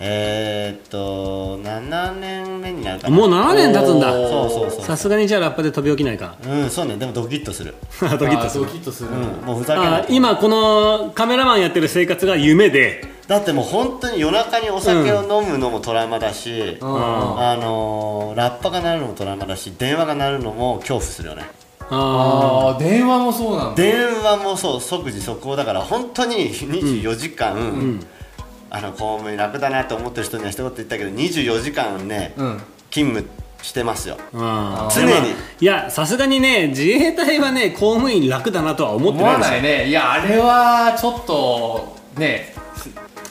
えー、っと7年目になるかな
もう7年経つんだ
おーそうそうそう
さすがにじゃあラッパで飛び起きないか
うんそうねでもドキッとする、
ドキッとする
あードキッとする、
うん、もうふざけな
あ
い
今このカメラマンやってる生活が夢で
だってもう本当に夜中にお酒を飲むのもトラウマだし、
うん
あのー、ラッパが鳴るのもトラウマだし電話が鳴るのも恐怖するよね
あ
ああ電話もそうなんだ
電話もそう即時即応だから本当に24時間、あの公務員楽だなと思ってる人には一言言ったけど24時間ね、
うん
勤務してますよ
ーあー
常に
いやさすがにね自衛隊はね公務員楽だなとは思っ
思
てない
わ
ですよ
ないねいやあれはちょっとね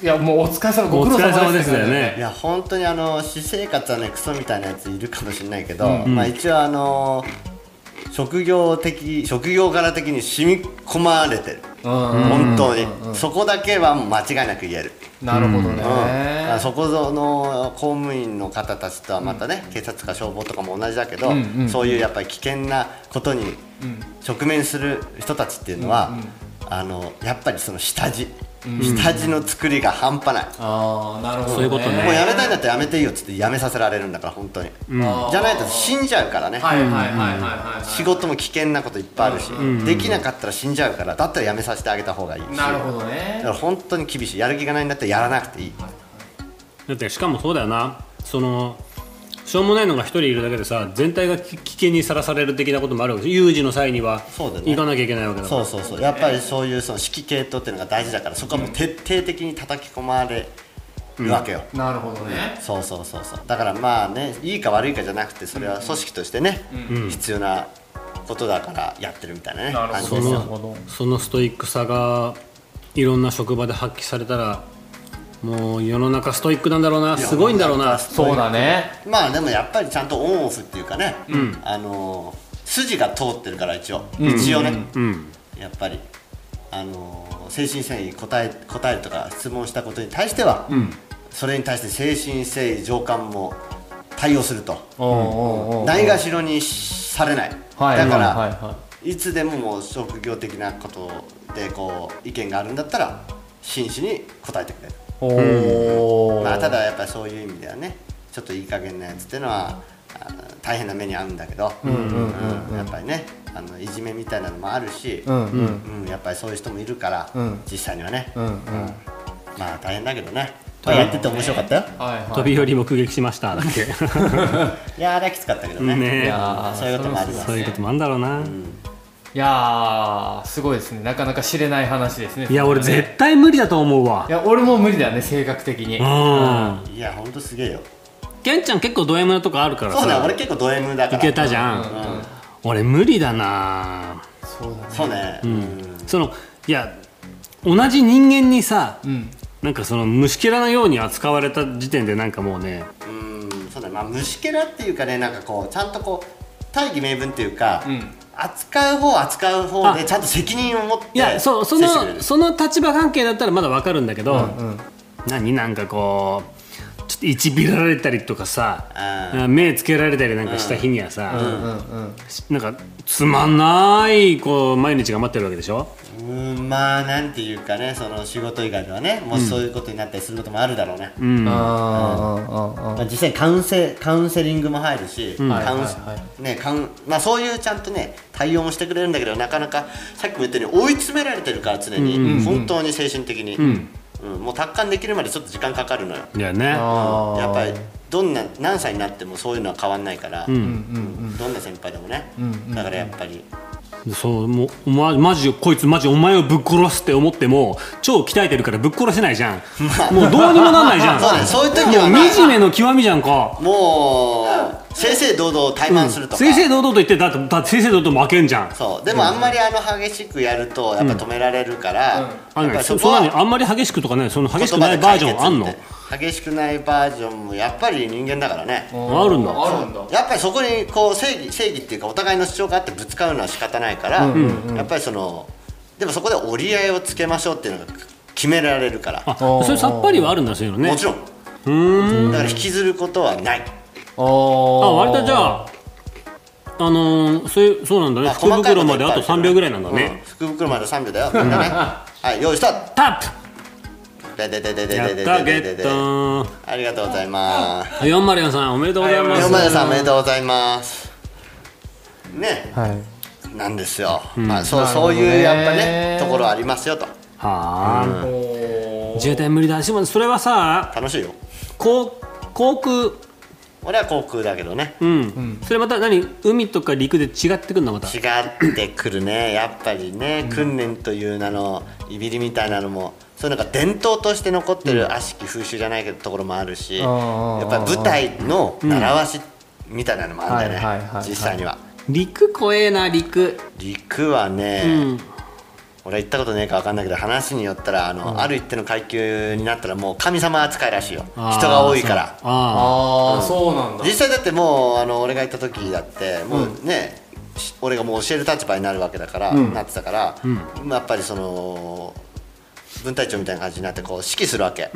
いやもうお疲れ様ご苦労様です
お疲れ様ですよね
いや本当にあの私生活はねクソみたいなやついるかもしれないけど、まあ一応あの職業的職業柄的に染み込まれてる、
うん
本当に、そこだけはもう間違いなく言える、
なるほどね、
うんそこぞの公務員の方たちとはまたね、警察とか消防とかも同じだけど、
うんうん
そういうやっぱり危険なことに直面する人たちっていうのは、あのやっぱりその下地、下地の作りが半端ない、
ああなるほど、ね、
そういうことね
もうやめたいんだったらやめていいよっつってやめさせられるんだから本当に、じゃないと死んじゃうからね、
はいはいはいはいはい、
仕事も危険なこといっぱいあるし、できなかったら死んじゃうからだったらやめさせてあげた方がいいし
なるほ
だ
どね
から本当に厳しいやる気がないんだったらやらなくていい、
だってしかもそうだよなそのしょうもないのが一人いるだけでさ全体がき危険にさらされる的なこともあるわけでしょ有事の際には
そうだよね
行かなきゃいけないわけだから
そうそうそうやっぱりそういうその指揮系統っていうのが大事だからそこはもう徹底的に叩き込まれるわけよ、
なるほどね
そうそうそうそうだからまあねいいか悪いかじゃなくてそれは組織としてね、必要なことだからやってるみたいなね
なるほど
感じ
そ
ですよ
なるほど
のそのストイックさがいろんな職場で発揮されたらもう世の中ストイックなんだろうなすごいんだろうな
そうだね
まあでもやっぱりちゃんとオンオフっていうかね、あのー筋が通ってるから一応、一応ね、
うん
やっぱり、あのー精神誠意答え答えるとか質問したことに対しては、それに対して精神誠意情感も対応すると
おうおうおう
ないがしろにされない、
はい
だから、、
はいはいはい
つでももう職業的なことでこう意見があるんだったら真摯に答えてくれる、
おお、
まあ、ただやっぱりそういう意味ではねちょっといい加減なやつっていうのはあー大変な目に遭うんだけど、うんやっぱりねあのいじめみたいなのもあるし、
うんうん
うん、やっぱりそういう人もいるから、
うん
実際にはね、
うんうん
まあ大変だけどね、まあ、やってて面白かったよ、
はいはい
飛び降り目撃しましただっけ
いやーあれはきつかったけどね
ね
いやー
そういうこともあります
そういうこともあるんだろうな、
いやーすごいですねなかなか知れない話ですね
いや俺
それはね
絶対無理だと思うわ
いや俺も無理だよね性格的に
うん
いやほんとすげえよ
ケンちゃん結構ド M なとこあるから
そうだよ
さ
俺結構ド M だから
いけたじゃ
うん
ん
うん
俺無理だな
そうだね
そうね、うん
そのいや同じ人間にさ
うん
なんかその虫けらのように扱われた時点でなんかもうね
うんそうだねまあ虫けらっていうかねなんかこうちゃんとこう大義名分っていうか、
ん
扱う方扱う方で
あ
ちゃんと責任を持って
いやそうそ
接してくれ
の
る
その立場関係だったらまだわかるんだけど、
うん
何なんかこうちょっいちびられたりとかさ、目つけられたりなんかした日にはさ、なんかつまんないこう毎日が待ってるわけでしょ
うんまあなんていうかねその仕事以外ではねもしそういうことになったりすることもあるだろうね、
うん
あ
まあ、実際にカウンセカウンセリングも入るし、
はい
カウンセ
はいは
ねカウンまあ、そういうちゃんとね対応もしてくれるんだけどなかなかさっきも言ったように追い詰められてるから常に、本当に精神的に、うんもう達観できるまでちょっと時間かかるのよ
いやね
あ
やっぱりどんな何歳になってもそういうのは変わんないから、うんどんな先輩でもね、だからやっぱり
そうもうまマジこいつマジお前をぶっ殺すって思っても超鍛えてるからぶっ殺せないじゃんもうどうにもなんないじゃん
そうだねそういう時
も
は
う
まあ
惨めの極みじゃんか
もう正々堂々対マンするとか、
正々堂々と言ってだってだって正々堂々負けんじゃん
そうでもあんまりあの激しくやるとやっぱ止められるから、
あ
や
ん
っ
の
ぱ
よ
り
そ
そ
そ
こ
んな
は
にあんまり激しくとかねその激しく
言葉
な
で
いバー
解
ジ
決
ョンあんの
って激しくないバージョンもやっぱり人間だからね
ー
あるんだ
あるんだ
やっぱりそこにこう正義正義っていうかお互いの主張があってぶつかるのは仕方ないから、やっぱりそのでもそこで折り合いをつけましょうっていうのが決められるから、
あそれさっぱりはあるんだそういうのね
もちろん
うーん
だから引きずることはない、
あ
あ
割
割とじゃああのー、そういうそうなんだね
あ
福
細かい
袋
こ
ま
いっ
で
ぱい
あと3秒ぐらいなんだね、
うん福袋まで3秒だよみんなねはい用意した
タ
ででででで
ップや
でで
ったゲ
でで
ッ
で
ト
ありがとうございます
404さんおめでとうございます
山田さんおめでとうございますね
はい
なんですよ、まあそう
なるほど
そう
ね
いうやっぱねところありますよと
はあ、
おー
渋滞無理だしもそれはさ
楽しいよ
航航空
俺は航空だけどね
うん、それまた何海とか陸で違ってくんだまた
違ってくるねやっぱりね、訓練という名のいびりみたいなのもそういうのが伝統として残ってる悪しき風習じゃないけどところもあるし、
ー
やっぱり舞台の習わしみたいなのもあるんだ
はいは
よ
い
ね
はいはい
実際には
陸怖えな陸
陸はね、
うん
俺は行ったことねえか分かんないけど話によったらあの、ある一定の階級になったらもう神様扱いらしいよ人
あー
が多いから
そうあ
ああそうなんだ
実際だってもうあの俺が行った時だってもうね、し俺がもう教える立場になるわけだから、なってたから、まあやっぱりその分隊長みたいな感じになってこう指揮するわけ、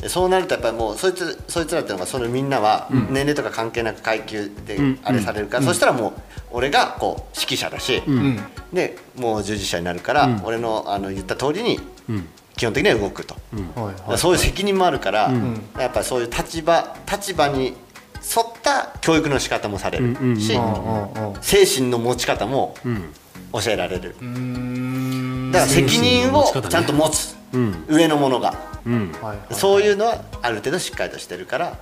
でそうなるとやっぱりもうそいつそいつらっていうのがそのみんなは年齢とか関係なく階級であれされるから、そしたらもう俺がこう指揮者だし、
うん
でもう従事者になるから、俺のあの言った通りに基本的には動くと、
はい
だか
は
ら
い
そういう責任もあるから、やっぱりそういう立場立場に沿った教育の仕方もされる
うんうん
し、
うんうん
精神の持ち方も
ん
教えられる、
うん
だから責任をちゃんと持つ、
ん
上の者が、
うん
はいはい
そういうのはある程度しっかりとしてるから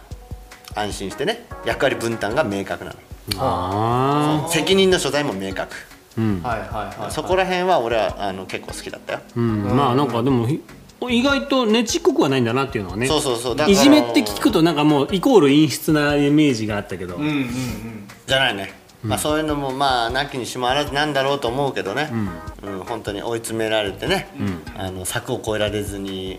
安心してね役割分担が明確な
あ
の責任の所在も明確
ーうん、
はいはいはい
そこら辺は俺はあの結構好きだったよ、
うん、まあなんかでもひ意外とねちっこくはないんだなっていうのはね
そうそうそうだから
いじめって聞くとなんかもうイコール陰湿なイメージがあったけど、
うんうんうん
じゃないね、まあ、そういうのもまあなきにしもあらずなんだろうと思うけどね、うん本当に追い詰められてね、あの柵を越えられずに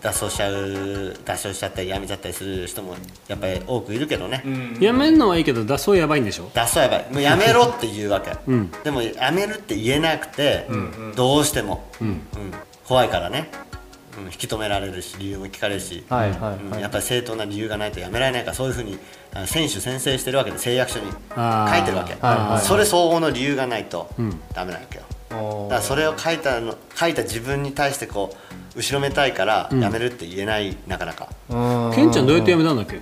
脱走しちゃう脱走しちゃったりやめちゃったりする人もやっぱり多くいるけどね、
やめんのはいいけど脱走やばいんでしょ
脱走はやばいもうやめろって言うわけ、
ん
でもやめるって言えなくて、どうしても、うん怖いからね、うん、引き止められるし理由も聞かれるし、
はいはい
うん
はい
やっぱり正当な理由がないとやめられないからそういうふうにあの選手宣誓してるわけで誓約書に書い
あー
てるわけ、
はいはいはい
それ相応の理由がないとダメなわけよ、
お
だからそれを書いたの書いた自分に対してこう後ろめたいからやめるって言えない、なかなか
ー
ケンちゃんどうやってやめたんだっけ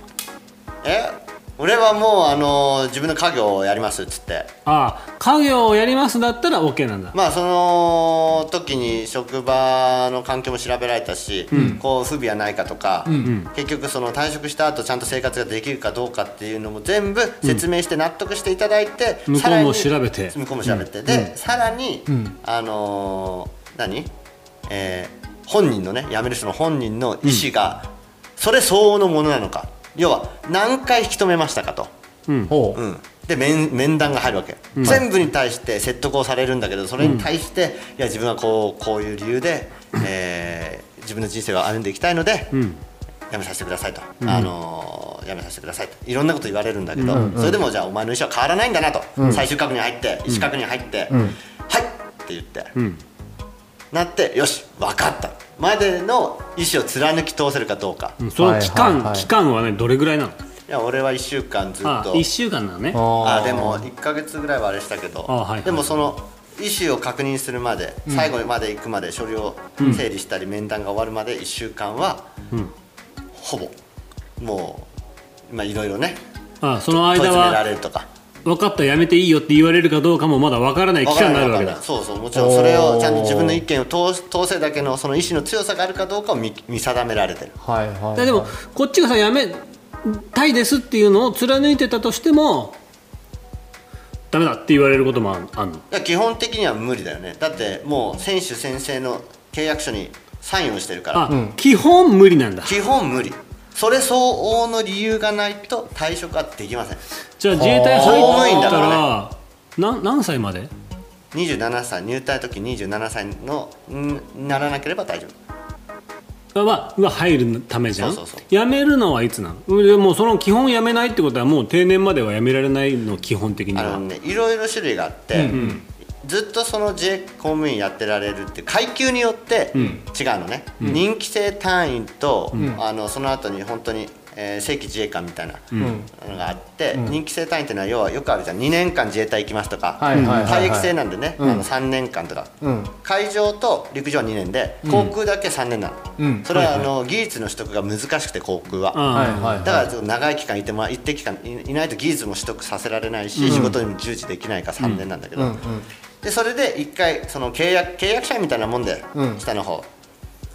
え俺はもう、あのー自分の家業をやりますっつって
ああ家業をやりますだったら OK なんだ
まあその時に職場の環境も調べられたし、こう不備はないかとか、結局その退職した後ちゃんと生活ができるかどうかっていうのも全部説明して納得していただいて、
向こ
さ
う
ら
も
に
調べて
向こうも調べて、で、さらに、あのー何、えー本人のね辞める人の本人の意思が、それ相応のものなのか要は何回引き止めましたかと。
ほう
うん、で面面談が入るわけ、全部に対して説得をされるんだけどそれに対して、いや自分はこうこういう理由で、えー自分の人生を歩んでいきたいので、やめさせてくださいと、あのーやめさせてくださいといろんなこと言われるんだけど、それでもじゃあお前の意思は変わらないんだなと、最終確認入って意思確認入って、はいって言って、なってよし分かったまでの意思を貫き通せるかどうか、
うんその期間、
はいはいはい
期間はねどれぐらいなの
いや俺は1週間ずっ
あ
と
1週間なのね
あでも1か月ぐらいはあれしたけど、
あはいはい
でもその意思を確認するまで、最後まで行くまで書類を整理したり、面談が終わるまで1週間は、
ん
ほぼもうまあいろいろね
あその
問い
間
詰めら
は
れるとか
分かったやめていいよって言われるかどうかもまだ分からない期
わか
間
ん
に
な
ないる
わ
わ
か
け
んない
だ
そうそうもちろんそれ
お
を
ー
ちゃんと自分の意見を通通せだけのその意思の強さがあるかどうかを見見定められてる
はいはい、はい、
ででもこっちがさやめたいですっていうのを貫いてたとしてもダメだって言われることもあんあんの
いや基本的には無理だよねだってもう選手宣誓の契約書にサインをしてるから
あ、基本無理なんだ
基本無理それ相応の理由がないと退職はできません
じゃあ自衛隊
あー
入った
公務員だから
な何歳まで
27歳入隊の時27歳のんならなければ大丈夫
はは入るためじゃん
そうそうそう
辞めるのはいつなのでもその基本辞めないってことはもう定年までは辞められないの基本的に
あ
は
のねいろいろ種類があって、ずっとその自衛公務員やってられるって階級によって違うのね、任期制単位と、あのその後に本当に、えー正規自衛官みたいなのがあって、任期制単位っていうのは要はよくあるじゃん2年間自衛隊行きますとか、
はいはいはいはい
退役制なんでね、あの3年間とか、
うん
海上と陸上は2年で航空だけ3年なの、
うん
それはあの技術の取得が難しくて航空は。
あ
は
ー
いはいはい
だからちょっと長い期間いてもら一定期間いいないと技術も取得させられないし、仕事にも従事できないから3年なんだけど、
うんうん
でそれで一回その契約契約社員みたいなもんで、
うん
下の方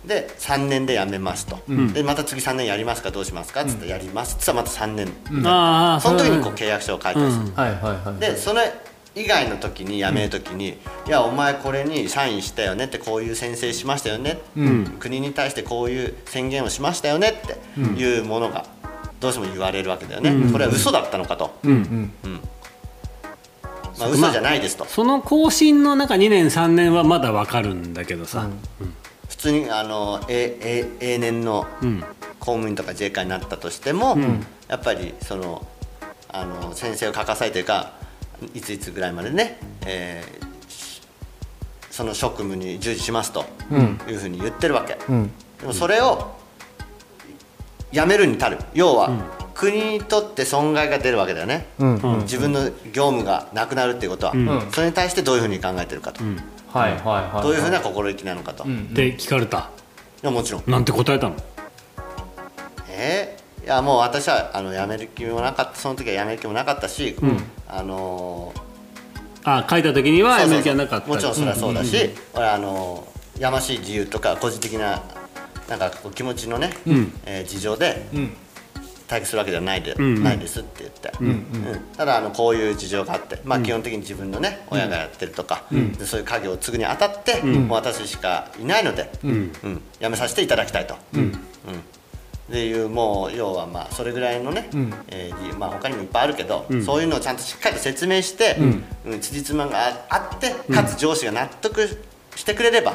で3年で辞めますと、でまた次3年やりますかどうしますかっつってやりますっつったらまた3年、
あー
その時にこう
れは
契約
ね
書を書いたりする、
はいはいはい
でそれ以外の時に辞める時に、いやお前これにサインしたよねってこういう宣誓しましたよね、国に対してこういう宣言をしましたよねっていうものがどうしても言われるわけだよね、これは嘘だったのかと、
うん
まあ、嘘じゃないですと
その更新の中2年3年はまだ分かるんだけどさ、
普通にあのええ永年の
ん
公務員とか自衛官になったとしても、やっぱりそのあの先生を欠かされというかいついつぐらいまでね、えーしその職務に従事しますと
うん
いうふうに言ってるわけ、
うん
でもそれをやめるに足る要は、国にとって損害が出るわけだよね、
うんうん
自分の業務がなくなるっていうことは、
ん
それに対してどういうふうに考えてるかと、
はいはいはい
どういうふうな心意気なのかと、
ん
い
で聞かれた
やもちろん
なんて答えたの
えーいやもう私はあの辞める気もなかったその時は辞める気もなかったし、あのー
あ書いた時には
そうそうそう
辞める気はなかった
もちろんそれはそうだし、俺あのーやましい自由とか個人的ななんかこう気持ちのね、えー事情で
ん
退屈するわけじゃないで、
ん
ないですって言って、うんただあのこういう事情があって、まあ、基本的に自分のね、親がやってるとか、でそういう家業を継ぐにあたって、もう私しかいないので、うん辞めさせていただきたいと。うんっていうもう要はまあそれぐらいのね、えー理由まあ、他にもいっぱいあるけど、そういうのをちゃんとしっかりと説明して、うん、辻褄がああってかつ上司が納得してくれれば、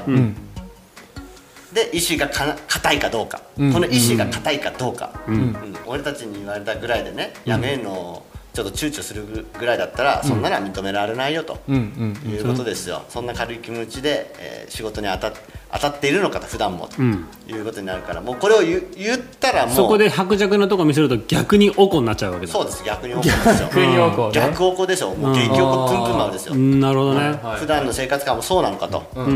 で意思がかな硬いかどうか、この意思が硬いかどうか、うん俺たちに言われたぐらいでね、やめるのをちょっと躊躇するぐらいだったら、そんなのは認められないよと、
うんうん
いうことですよそんな軽い気持ちで、えー仕事に当たっ当たっているのかと普段もと、いうことになるからもうこれを言う言ったらもう
そこで薄弱なとこ見せると逆におこになっちゃうわけだ
そうです逆に怒るですよ
逆に怒るね
逆怒でしょもう激怒プンプン丸ですよ、
うんなるほどね、
はい
普段の生活感もそうなのかと、
あ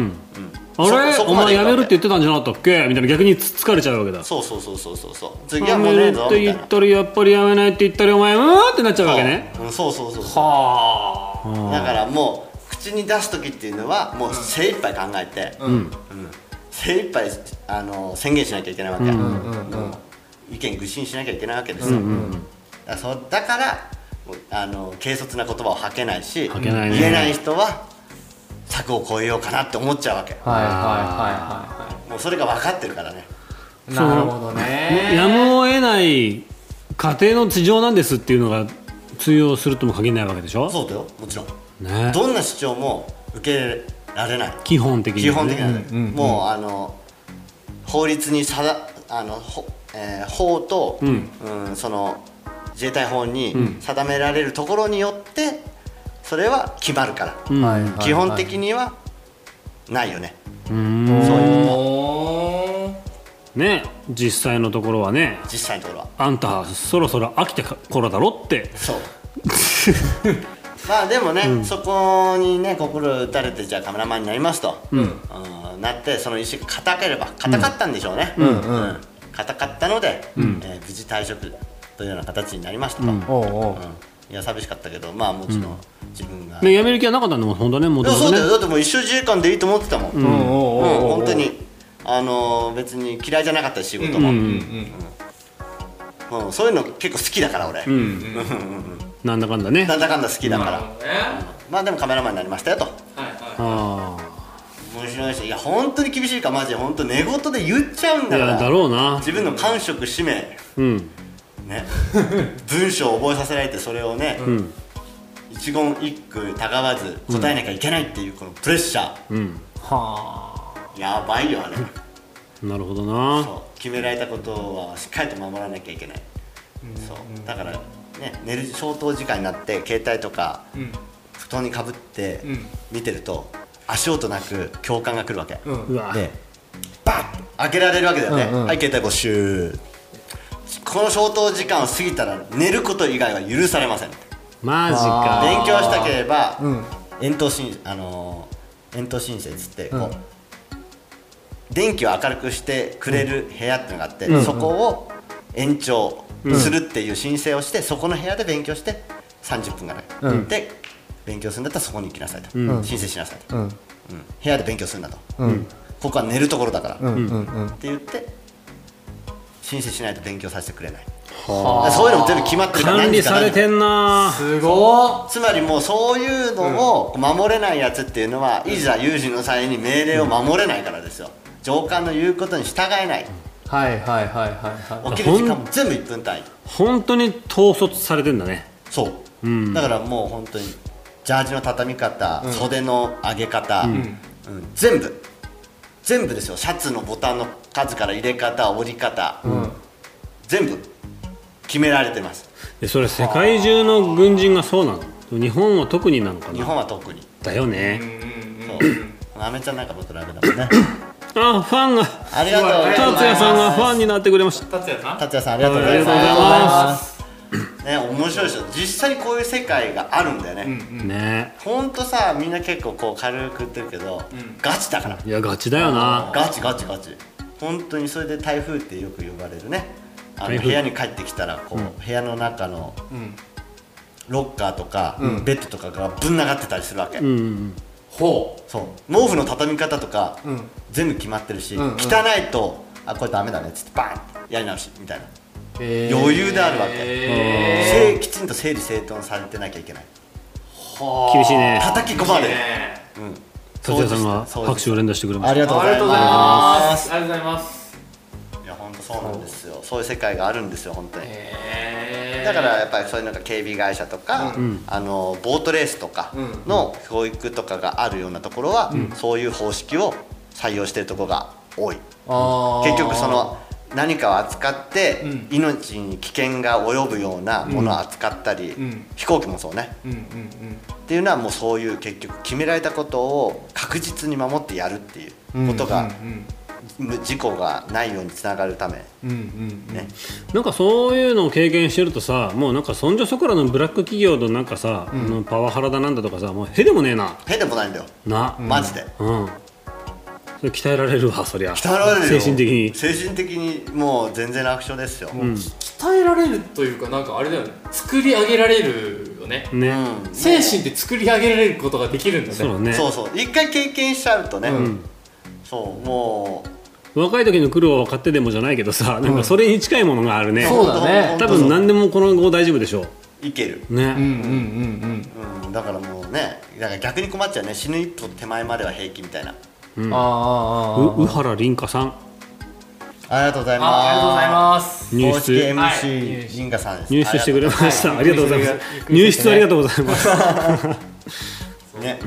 れ
そそこ
お
まで
前
いい
や
か
めるって言ってたんじゃなかったっけみたいな逆につ疲れちゃうわけだ
そうそうそうそうそうそう次
や
はもう
め
ねえ
る
ぞ
って
みたい
言
な
ったりやっぱりやめないって言ったりお前うーんってなっちゃうわけね
そう,、うん、そうそうそうそう
はあ
だからもう口に出す時っていうのはもう精一杯考えて、うん精一杯あの宣言しなきゃいけないわけ、
うん
意見愚信しなきゃいけないわけですよ、だからそうだからもうあの軽率な言葉を吐けないし
吐けないね
言えない人は策を超えようかなって思っちゃうわけ
はいはいはいは
もうそれが分かってるからね
い
そ
な
の
るほどね
やむを得ない家庭の事情なんですっていうのが通用するとも限らないわけでしょ
そうだよもちろん
ね
どんな主張も受け入れられない
基本的にね
基本的な
う
の、
んうん
もうあの法律に定あの、ほえー法と、
ん
うんその自衛隊法に定められるところによってそれは決まるから、
うん
はいはいはい
基本的にはないよね、
うーん
そういう
お
ね実際のところはね
実際のところは
あんたそろそろ飽きてころだろって
そう まあでもね、そこにね心打たれてじゃあカメラマンになりますと、うんなってその意識固ければ固かったんでしょうね、うん固かったので、えー無事退職というような形になりましたと、うん
おうおう
いや寂しかったけどまあもちろん自分が、
ね辞める気はなかったんだもん本当ねも
でもそうだよ
ね
だってもう一生自衛官でいいと思ってたもん、うん
おうおうおう
本当にあのー別に嫌いじゃなかったし仕事も、
う
うん
ん
そういうの結構好きだから俺、
うんなんだかんだね
なんだかんだ好きだから、
なるほどね
まあでもカメラマンになりましたよと
はいはい
あ
面白いしいや本当に厳しいからマジで本当寝言で言っちゃうん
あい
だから
やだろうな
自分の感触使命
うん
ね文章を覚えさせられてそれをね、
ん
一言一句たがわず答えなきゃいけないっていうこのプレッシャー、
うん
は
やばいよあれ
なるほどな
そう決められたことはしっかりと守らなきゃいけない、そうだからね寝る消灯時間になって携帯とか、
ん
布団にかぶって
ん
見てると、足音なく共感が来るわけ、
うん
うわ
でバッて開けられるわけだよね、
うんうん
はい携帯募集この消灯時間を過ぎたら寝ること以外は許されません
マジ
あー
か
勉強したければ、
うん
遠投申あのー遠投申請っつってこう、電気を明るくしてくれる部屋っていうのがあって、そこを延長するっていう申請をして、そこの部屋で勉強して30分ぐらい、で勉強するんだったらそこに行きなさいと、申請しなさいと、うん部屋で勉強するんだと、ここは寝るところだから、
あうんうんうん
って言って申請しないと勉強させてくれない
はあ
そういうのも全部決まってるから
管理されてんな
すご
つまりもうそういうのを守れないやつっていうのは、いざ有事の際に命令を守れないからですよ上官の言うことに従えない
ーはいはいはいはいは
起きる時間も全部1分単位
本当に統率されてんだね
そう、
ん
だからもう本当にジャージの畳み方、袖の上げ方、うん全部全部ですよシャツのボタンの数から入れ方折り方、全部決められてます
でそれ世界中の軍人がそうなの日本は特になのか
日
な
本は特に
だよね
そうアメちゃんなんかもトラブルだ もんね
あファンが
ありがとうございます
達也さんがファンになってくれました
い達也さん
達也さんありがとうございます
ありがとうございます
ね面白いでしょ実際にこういう世界があるんだよね、
ね
ほんとさみんな結構こう軽く言ってるけど、ガチだから
いやガチだよな
ガチガチガチ本当にそれで台風ってよく呼ばれるねあ
台
の
風
部屋に帰ってきたらこう、部屋の中の
ん
ロッカーとか、ベッドとかがぶん流ってたりするわけ、
うん
ほ
そう毛布の畳み方とか、
ん
全部決まってるし、
んうん
汚いとあこれダメだねっつってバーンやり直しみたいな
う余
余裕であるわけせい
け
きちんと整理整頓されてなきゃいけない
厳しいね
叩き込まれる
達也さんが
そうです
拍手を連打してくれま
あ
し
りがとう
あ
ござ
りが
い
とうございま
ます
ありがとうございます
すいや本当そうなんですよそういう世界があるんですよ本当に
へー
だからやっぱりそういうなんか警備会社とか、あのボートレースとかの教育とかがあるようなところは、そういう方式を採用してるところが多い
あー
結局その何かを扱って
ん
命に危険が及ぶようなものを扱ったり、
ん
飛行機もそうね、
うんうんうん
っていうのはもうそういう結局決められたことを確実に守ってやるっていうことが、
うん
事故がないようにつながるため
うんうんうん
ね、
たなんかそういうのを経験してるとさもうなんかそんじょそこらのブラック企業のなんかさ、あのパワハラだなんだとかさもうへでもねえな
変でもないんだよ
な
マジで
うん、それ鍛えられるわそりゃ
鍛えられるよ
精神的に
精神的にもう全然楽勝ですよ、うん
鍛えられるというかなんかあれだよね作り上げられるよね
ね、
精神で作り上げられることができるんだね
そうだね
そうそう一回経験しちゃうとね、そうも
若い時の苦労は買ってでもじゃないけどさなんかそれに近いものがあるね、
そうだね
本当
多
本当
分何でもこの後大丈夫でしょ
ういける、
うね、
うんうんうん
うん、だからもうねだから逆に困っちゃうね死ぬ一歩手前までは平気みたいな
うんあーあーあー
う宇原凛香さん
ありがとうございます
あありがとうございます
入
公式
室
MC 陣賀さんです
入室してくれました、
はい
ありがとうございま
ゆっ
す
くり
入
して
室ありがとうございます
ね、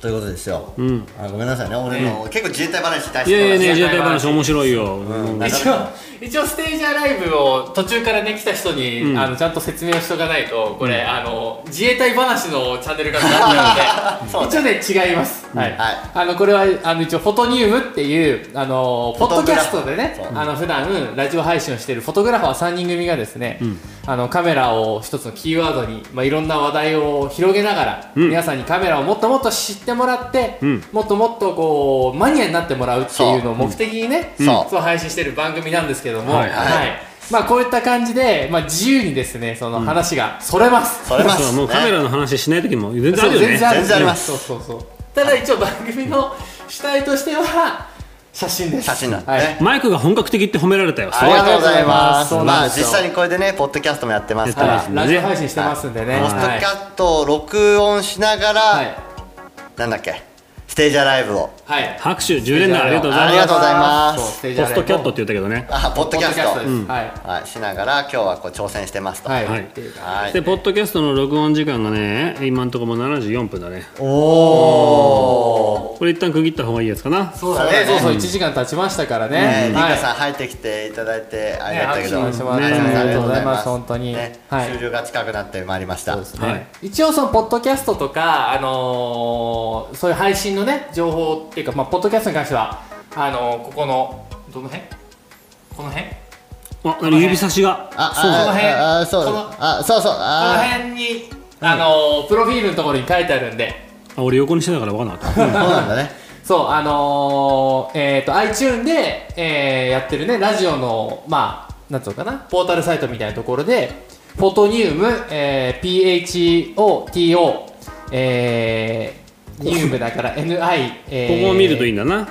ということですよ、
ん
あごめんなさいね俺の、結構自衛隊話に対し
い
て
やいやね
え
自衛隊話面白いよ、
うんなかな
一応
か
一応ステージアライブを途中からね来た人に、あのちゃんと説明をしとかないとこれ、あの自衛隊話のチャンネルがなっちゃうので一応ね違います、はい
はい
あのこれはあの一応フォトニウムっていうあの
フ
ポッ
ォト
ド
グ
キャ
ラフ
ストでね
そう
あの普段ラジオ配信をしているフォトグラファー3人組がですね、あのカメラを一つのキーワードに、まあ、いろんな話題を広げながら、
ん
皆さんにカメラをもっともっと知ってもらって、
うん
もっともっとこうマニアになってもらうっていうのを目的にね、
そううん
そう配信してる番組なんですけども、
は
はいい、
はい
まあこういった感じで、まあ自由にですね、その話がそれます。
それます
そうもうカメラの話しない時も全然あ
そう
るよね
全然ある
全然あります
そうそうそう。ただ一応番組の主体としては写真です。
写真なんでね、
はい
マイクが本格的って褒められたよ
ありがとうございます
そう
ま
な
あ
んです
実
よ
際にこれでねポッドキャストもやってますから、
やっ
は
て
い、
ま
ラ
すね
ジオ配信してますんでね。
ポッド
はい
キャストを録音しながら、
はい
なんだっけステージアライブを
はい。
拍手10連打ありがとうござ
あ
い
りが
ます
とうございます
そうステージ
ポ
アラ
ス
イ
ト
ブ
キャットって言ったけどね
あポッドキャスト
ポッドキャストですはい
はい、しながら今日はこう挑戦してますと、
はいい
はい
っていうか
はい
でポッドキャストの録音時間がね今んとこも74分だね
おお
これ一旦区切った方がいいやつかな
そう
だ
だ
ね
ね。そうそう一時間経ちまましたから
ね
ね。
リ
は
カ
い
さん入ってきていただいてありがたいけど、
ね拍
ね
手してもら
って
ありがとうございます本当に
ね
はい
終了が近くなってまいりました
そうですね
はい
一応そのポッドキャストとか、あのーそういう配信のね情報っていうか、まあ、ポッドキャストに関してはあのーここのどの辺この辺こ
あ何指差しが
あ
そう
この辺
ああそうだ
この
あそうそう
の
あ
辺に、あのープロフィールのところに書いてあるんで
あ俺横にしてたから分かんなかったうん
そうなんだね
そうあのーえっ、と iTune で、えーやってるねラジオのまあなんつうのかなポータルサイトみたいなところでフォトニウム、えー PHOTO、えー、ニウムだから NI、えー
ここを見るといいんだな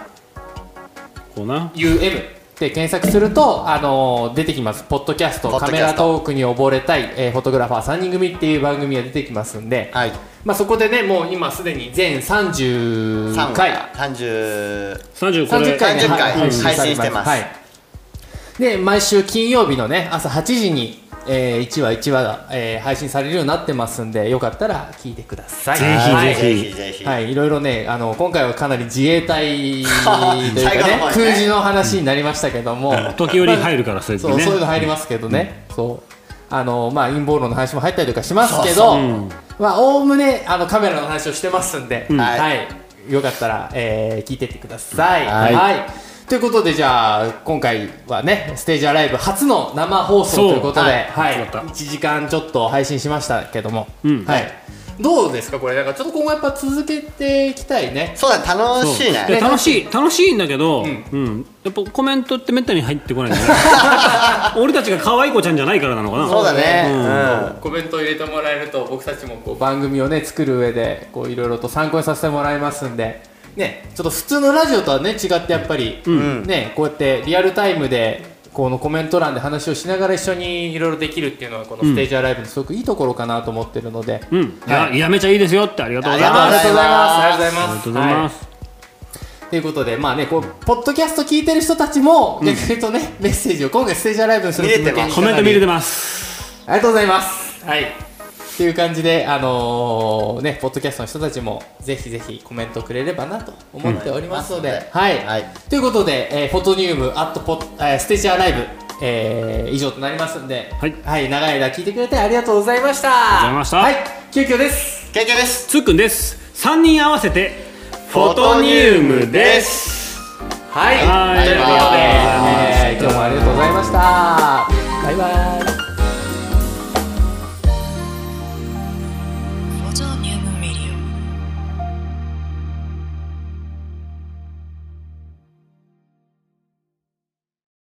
こうな
UM で検索すると、あのー出てきます、ポッドキャスト、
ポッド
カ
キャスト
メラトークに溺れたい、えーフォトグラファー3人組っていう番組が出てきますんで、
はい
まあ、そこでね、もう今すでに全30回、
三十
30こ
30
れ
回ね、
30回
はい
配信してます
はい、で、毎週金曜日のね、朝8時に、え1話1話が、えー配信されるようになってますんで、よかったら聞いてください。
ぜ
はい
ひぜひ
ぜひぜひ
はい、いろいろね、あの今回はかなり自衛隊というか
最後の
ね、
方にね
空時の話になりましたけども、
時折入るからそういう
そう
時ね
そういうの入りますけどね、そうあのまあ陰謀論の話も入ったりとかしますけど、
ん
まあおおむねあのカメラの話をしてますんで、
ん
はい、よかったら、えー聞いてってください。はい。ということでじゃあ今回はねステージアライブ初の生放送
そう
ということで、
はい
はい
そうだった
1時間ちょっと配信しましたけども、
うん
はいどうですかこれなんかちょっと今後やっぱ続けていきたいね
そうだね楽しい
そう
ね
や楽しい楽しいんだけど、うん
ん
やっぱコメントってめったに入ってこないんだね俺たちが可愛い子ちゃんじゃないからなのかな
そうだね
うん
コメントを入れてもらえると僕たちもこう番組をね作る上でこういろいろと参考にさせてもらいますんでねちょっと普通のラジオとはね違ってやっぱり、
ん
ねこうやってリアルタイムでこのコメント欄で話をしながら一緒にいろいろできるっていうのはこのステージアライブのすごくいいところかなと思ってるので、
うん、いややめちゃいいですよってありがとうござい
あ
ま
り
す
がとうございます
ありがとうございます
ありがとうございます、
ということで、まあね、こう、ポッドキャスト聞いてる人たちも、逆に言うとね、メッセージを今回ステージアライブにする人向けに
見れてます
コメント見れて
ま
ます
す。ありがとうございます。はい。っていう感じで、あのーね、ポッドキャストの人たちも、ぜひぜひコメントくれればなと思っておりますので、
うん
はい、
はい
ということで、えーフォトニウム、アットポッ、えーステージアライブ、えー以上となりますんで、
はい
長い間聞いてくれてありがとうございました。
りがとうございま
はい
し、
急遽です。
経験です
つーくんです3人合わせてフォトニウムです
はい、
はい
ということで、
あ
えー今日もありがとうございました。バイバイ。